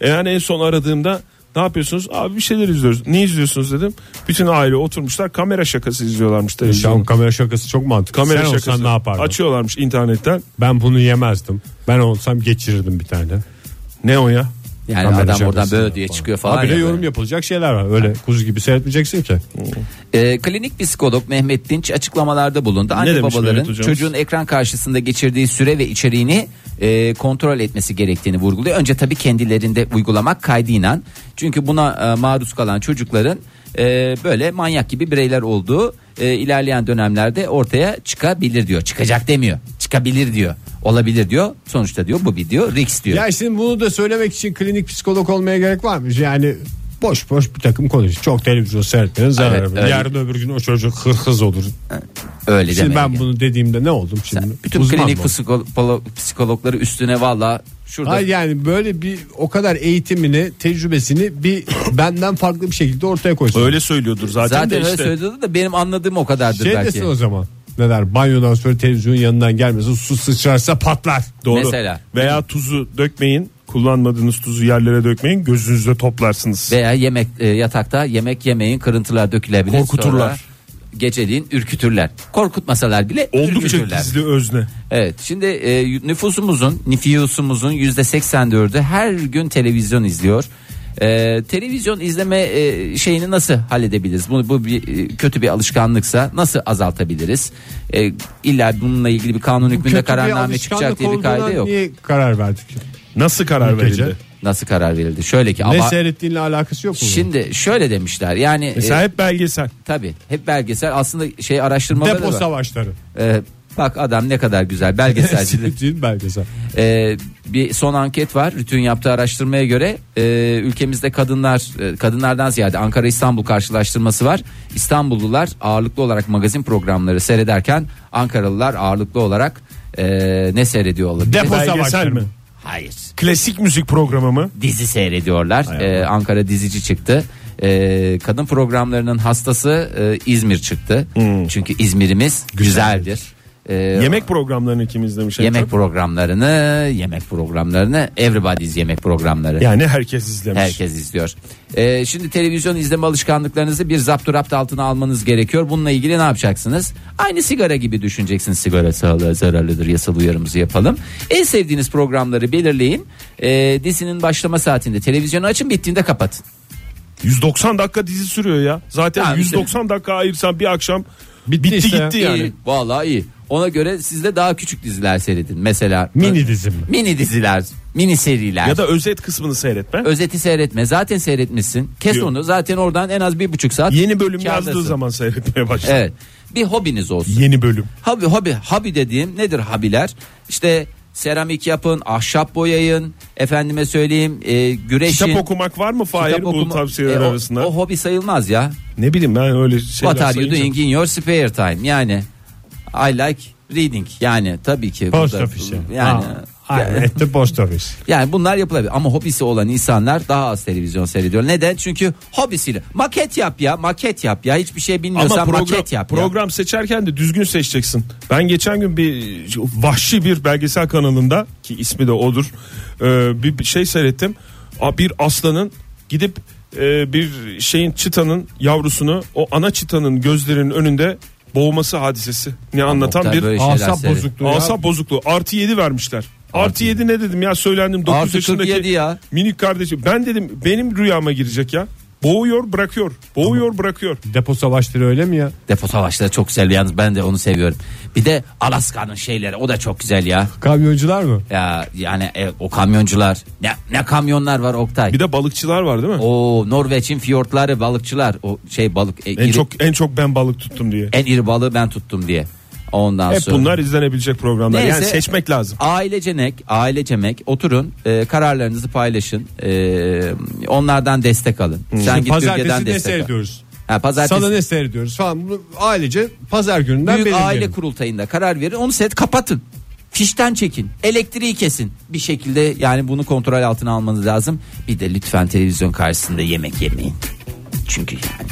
[SPEAKER 4] E yani en son aradığımda ne yapıyorsunuz? Abi bir şeyler izliyoruz. Ne izliyorsunuz dedim. Bütün aile oturmuşlar kamera şakası izliyorlarmış
[SPEAKER 2] Şu an
[SPEAKER 4] televizyonda.
[SPEAKER 2] kamera şakası çok mantıklı.
[SPEAKER 4] Kamera
[SPEAKER 2] Sen
[SPEAKER 4] şakası.
[SPEAKER 2] olsan ne yapardın?
[SPEAKER 4] Açıyorlarmış internetten.
[SPEAKER 2] Ben bunu yemezdim. Ben olsam geçirirdim bir tane.
[SPEAKER 4] Ne o ya?
[SPEAKER 3] yani
[SPEAKER 2] Kamera
[SPEAKER 3] adam oradan
[SPEAKER 2] şakası
[SPEAKER 3] böyle diye çıkıyor falan.
[SPEAKER 2] Abi de
[SPEAKER 3] ya böyle.
[SPEAKER 2] yorum yapılacak şeyler var. Öyle kuzu gibi seyretmeyeceksin ki.
[SPEAKER 3] E, klinik psikolog Mehmet Dinç açıklamalarda bulundu. Anne
[SPEAKER 4] demiş
[SPEAKER 3] babaların
[SPEAKER 4] Mehmet hocamız?
[SPEAKER 3] çocuğun ekran karşısında geçirdiği süre ve içeriğini e, kontrol etmesi gerektiğini vurguluyor. Önce tabii kendilerinde uygulamak kaydıyla. Çünkü buna e, maruz kalan çocukların e, böyle manyak gibi bireyler olduğu e, ilerleyen dönemlerde ortaya çıkabilir diyor. Çıkacak demiyor. Çıkabilir diyor. Olabilir diyor. Sonuçta diyor bu bir diyor. Risk diyor.
[SPEAKER 2] Ya şimdi bunu da söylemek için klinik psikolog olmaya gerek var mı? Yani boş boş bir takım konuş. Çok televizyon seyretmenin zararı
[SPEAKER 3] Evet,
[SPEAKER 2] var.
[SPEAKER 3] öyle.
[SPEAKER 2] Yarın öbür gün o çocuk hırhız olur.
[SPEAKER 3] Öyle
[SPEAKER 2] Şimdi
[SPEAKER 3] demek.
[SPEAKER 2] ben bunu dediğimde ne oldum şimdi?
[SPEAKER 3] bütün
[SPEAKER 2] Uzman
[SPEAKER 3] klinik
[SPEAKER 2] mı?
[SPEAKER 3] psikolo- psikologları üstüne valla şurada
[SPEAKER 2] Hayır yani böyle bir o kadar eğitimini, tecrübesini
[SPEAKER 3] *coughs*
[SPEAKER 2] bir benden farklı bir şekilde ortaya koysun.
[SPEAKER 4] Öyle söylüyordur zaten,
[SPEAKER 3] Zaten,
[SPEAKER 4] de
[SPEAKER 3] öyle
[SPEAKER 4] işte.
[SPEAKER 3] söylüyordu da benim anladığım o kadardır
[SPEAKER 2] şey
[SPEAKER 3] belki.
[SPEAKER 2] desin o zaman. Ne der? Banyodan sonra televizyonun yanından gelmesin. Su sıçrarsa patlar.
[SPEAKER 4] Doğru.
[SPEAKER 3] Mesela.
[SPEAKER 4] Veya tuzu dökmeyin. Kullanmadığınız tuzu yerlere dökmeyin. Gözünüzde toplarsınız.
[SPEAKER 3] Veya yemek e, yatakta yemek yemeyin kırıntılar dökülebilir.
[SPEAKER 4] Korkuturlar.
[SPEAKER 3] Sonra geceliğin ürkütürler. Korkutmasalar bile
[SPEAKER 4] Oldukça
[SPEAKER 3] ürkütürler.
[SPEAKER 4] gizli özne.
[SPEAKER 3] Evet şimdi e, nüfusumuzun nüfusumuzun yüzde 84'ü her gün televizyon izliyor. E, televizyon izleme e, şeyini nasıl halledebiliriz? Bunu bu bir e, kötü bir alışkanlıksa nasıl azaltabiliriz? E, illa bununla ilgili bir kanun hükmünde
[SPEAKER 2] Kötü bir
[SPEAKER 3] kararname
[SPEAKER 2] alışkanlık
[SPEAKER 3] çıkacak diye bir
[SPEAKER 2] olduğuna
[SPEAKER 3] kaide yok.
[SPEAKER 2] Niye karar verdik?
[SPEAKER 4] Nasıl karar
[SPEAKER 2] Ülkece.
[SPEAKER 4] verildi?
[SPEAKER 3] Nasıl karar verildi? Şöyle ki
[SPEAKER 2] Ne
[SPEAKER 3] ama
[SPEAKER 2] seyrettiğinle alakası yok mu? bunun?
[SPEAKER 3] Şimdi şöyle demişler yani
[SPEAKER 4] Mesela
[SPEAKER 3] e,
[SPEAKER 4] hep belgesel.
[SPEAKER 3] tabii hep belgesel aslında şey araştırmaları
[SPEAKER 2] Depo
[SPEAKER 3] da var.
[SPEAKER 2] savaşları.
[SPEAKER 3] E, bak adam ne kadar güzel
[SPEAKER 4] *laughs*
[SPEAKER 3] belgeselcilik.
[SPEAKER 2] Seyrettiğin belgesel.
[SPEAKER 3] E, bir son anket var Rütün yaptığı araştırmaya göre e, ülkemizde kadınlar e, kadınlardan ziyade Ankara İstanbul karşılaştırması var. İstanbullular ağırlıklı olarak magazin programları seyrederken Ankaralılar ağırlıklı olarak e, ne seyrediyor olabilir?
[SPEAKER 4] Depo
[SPEAKER 2] savaşları
[SPEAKER 4] belgesel mi?
[SPEAKER 2] mı?
[SPEAKER 3] Hayır.
[SPEAKER 4] Klasik müzik programı mı?
[SPEAKER 3] dizi seyrediyorlar. Ee, Ankara dizici çıktı. Ee, kadın programlarının hastası e, İzmir çıktı. Çünkü İzmir'imiz güzeldir. Ee,
[SPEAKER 4] Yemek programlarını kim izlemiş? en
[SPEAKER 3] yemek
[SPEAKER 4] çok?
[SPEAKER 3] programlarını, yemek programlarını, everybody's yemek programları.
[SPEAKER 4] Yani herkes izlemiş.
[SPEAKER 3] Herkes izliyor. Ee, şimdi televizyon izleme alışkanlıklarınızı bir zapturapt altına almanız gerekiyor. Bununla ilgili ne yapacaksınız? Aynı sigara gibi düşüneceksiniz. Sigara sağlığa zararlıdır yasal uyarımızı yapalım. En sevdiğiniz programları belirleyin. Ee, dizinin başlama saatinde televizyonu açın bittiğinde kapatın.
[SPEAKER 4] 190 dakika dizi sürüyor ya. Zaten
[SPEAKER 3] Tamam,
[SPEAKER 4] 190 dakika ayırsan bir akşam bitti,
[SPEAKER 2] işte.
[SPEAKER 4] gitti yani.
[SPEAKER 3] İyi, vallahi iyi. Ona göre sizde daha küçük diziler seyredin. Mesela
[SPEAKER 2] Mini dizi mi?
[SPEAKER 3] mini diziler, mini seriler.
[SPEAKER 4] Ya da özet kısmını seyretme.
[SPEAKER 3] özeti seyretme. Zaten seyretmişsin. Kes
[SPEAKER 4] Yok.
[SPEAKER 3] onu. Zaten oradan en az bir buçuk saat.
[SPEAKER 4] Yeni bölüm
[SPEAKER 3] kârdasın.
[SPEAKER 4] yazdığı zaman seyretmeye başla.
[SPEAKER 3] Evet. Bir hobiniz olsun.
[SPEAKER 4] Yeni bölüm.
[SPEAKER 3] Hobi, hobi, hobi dediğim nedir hobiler? İşte seramik yapın, ahşap boyayın, efendime söyleyeyim e, güreşin.
[SPEAKER 4] Kitap okumak var mı Fahir
[SPEAKER 3] kitap
[SPEAKER 4] bu
[SPEAKER 3] okuma-
[SPEAKER 4] tavsiyeler
[SPEAKER 3] E, o-
[SPEAKER 4] arasında?
[SPEAKER 3] O, hobi sayılmaz ya.
[SPEAKER 4] ne bileyim ben öyle şeyler
[SPEAKER 3] What are you
[SPEAKER 4] sayınca-
[SPEAKER 3] doing in your spare time? Yani I like reading. Yani tabii ki.
[SPEAKER 2] Post
[SPEAKER 3] burada-
[SPEAKER 2] office.
[SPEAKER 3] Yani,
[SPEAKER 2] Aynen. At the post office.
[SPEAKER 3] yani bunlar yapılabilir. Ama hobisi olan insanlar daha az televizyon seyrediyor. Neden? Çünkü hobisiyle. Maket yap ya. Maket yap ya. Hiçbir şey bilmiyorsan
[SPEAKER 4] Ama program,
[SPEAKER 3] maket yap ya.
[SPEAKER 4] program seçerken de düzgün seçeceksin. Ben geçen gün bir vahşi bir belgesel kanalında ki ismi de odur e, bir bir şey seyrettim. A- Bir aslanın gidip e, bir şeyin çıtanın yavrusunu o ana çıtanın gözlerinin önünde boğması hadisesi ne anlatan
[SPEAKER 3] Oktay,
[SPEAKER 4] bir
[SPEAKER 3] böyle şeyler
[SPEAKER 2] Asap
[SPEAKER 3] seyrediyor.
[SPEAKER 2] bozukluğu. ya.
[SPEAKER 4] Asap bozukluğu artı 7 vermişler. Artı 7 ne dedim ya söylendim 9
[SPEAKER 3] Artı
[SPEAKER 4] yaşındaki
[SPEAKER 3] 47 ya.
[SPEAKER 4] minik kardeşim. Ben dedim benim rüyama girecek ya. Boğuyor bırakıyor. Boğuyor bırakıyor.
[SPEAKER 2] Depo savaşları öyle mi ya?
[SPEAKER 3] Depo savaşları çok güzel yalnız ben de onu seviyorum. Bir de Alaska'nın şeyleri o da çok güzel ya.
[SPEAKER 2] Kamyoncular mı?
[SPEAKER 3] Ya yani e, o kamyoncular ne ne kamyonlar var Oktay.
[SPEAKER 4] Bir de balıkçılar var değil mi?
[SPEAKER 3] O Norveç'in fiyortları balıkçılar o şey balık e,
[SPEAKER 4] En
[SPEAKER 3] iri-
[SPEAKER 4] çok en çok ben balık tuttum diye.
[SPEAKER 3] en iri balığı ben tuttum diye. Ondan
[SPEAKER 4] Hep
[SPEAKER 3] sonra
[SPEAKER 4] bunlar izlenebilecek programlar. Yani
[SPEAKER 3] Neyse.
[SPEAKER 4] seçmek lazım.
[SPEAKER 3] ailecenek, ailecemek oturun, e, kararlarınızı paylaşın. E, onlardan destek alın. Sen git Türkiye'den
[SPEAKER 2] Pazartesi ne
[SPEAKER 3] destek al.
[SPEAKER 2] seyrediyoruz?
[SPEAKER 3] Ha, pazartesi
[SPEAKER 2] Salı ne seyrediyoruz falan. Bunu ailece pazar gününden
[SPEAKER 3] büyük
[SPEAKER 2] belirleyelim.
[SPEAKER 3] aile kurultayında karar verin. Onu set kapatın. Fişten çekin. Elektriği kesin. Bir şekilde yani bunu kontrol altına almanız lazım. Bir de lütfen televizyon karşısında yemek yemeyin. Çünkü yani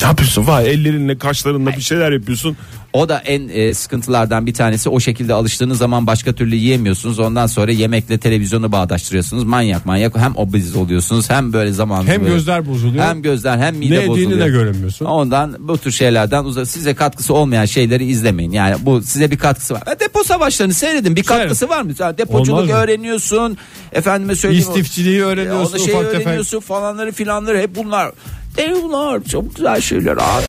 [SPEAKER 4] Ne yapıyorsun? Vay ellerinle kaşlarınla bir şeyler yapıyorsun.
[SPEAKER 3] O da en e, sıkıntılardan bir tanesi. O şekilde alıştığınız zaman başka türlü yiyemiyorsunuz. Ondan sonra yemekle televizyonu bağdaştırıyorsunuz. Manyak manyak hem obez oluyorsunuz hem böyle zamanınız
[SPEAKER 2] Hem
[SPEAKER 3] böyle-
[SPEAKER 2] gözler bozuluyor.
[SPEAKER 3] Hem gözler hem mide
[SPEAKER 2] ne yediğini
[SPEAKER 3] bozuluyor.
[SPEAKER 2] de göremiyorsun.
[SPEAKER 3] Ondan bu tür şeylerden uzak size katkısı olmayan şeyleri izlemeyin. Yani bu size bir katkısı var. E, Depo savaşlarını seyredin. Bir katkısı var mı? Yani depoculuk
[SPEAKER 2] Olmaz mı?
[SPEAKER 3] öğreniyorsun. Efendime söyleyeyim.
[SPEAKER 2] İstifçiliği
[SPEAKER 3] Ya,
[SPEAKER 2] öğreniyorsun
[SPEAKER 3] onu şey
[SPEAKER 2] ufak tefek.
[SPEAKER 3] öğreniyorsun falanları filanları hep bunlar. E bunlar çok güzel şeyler abi.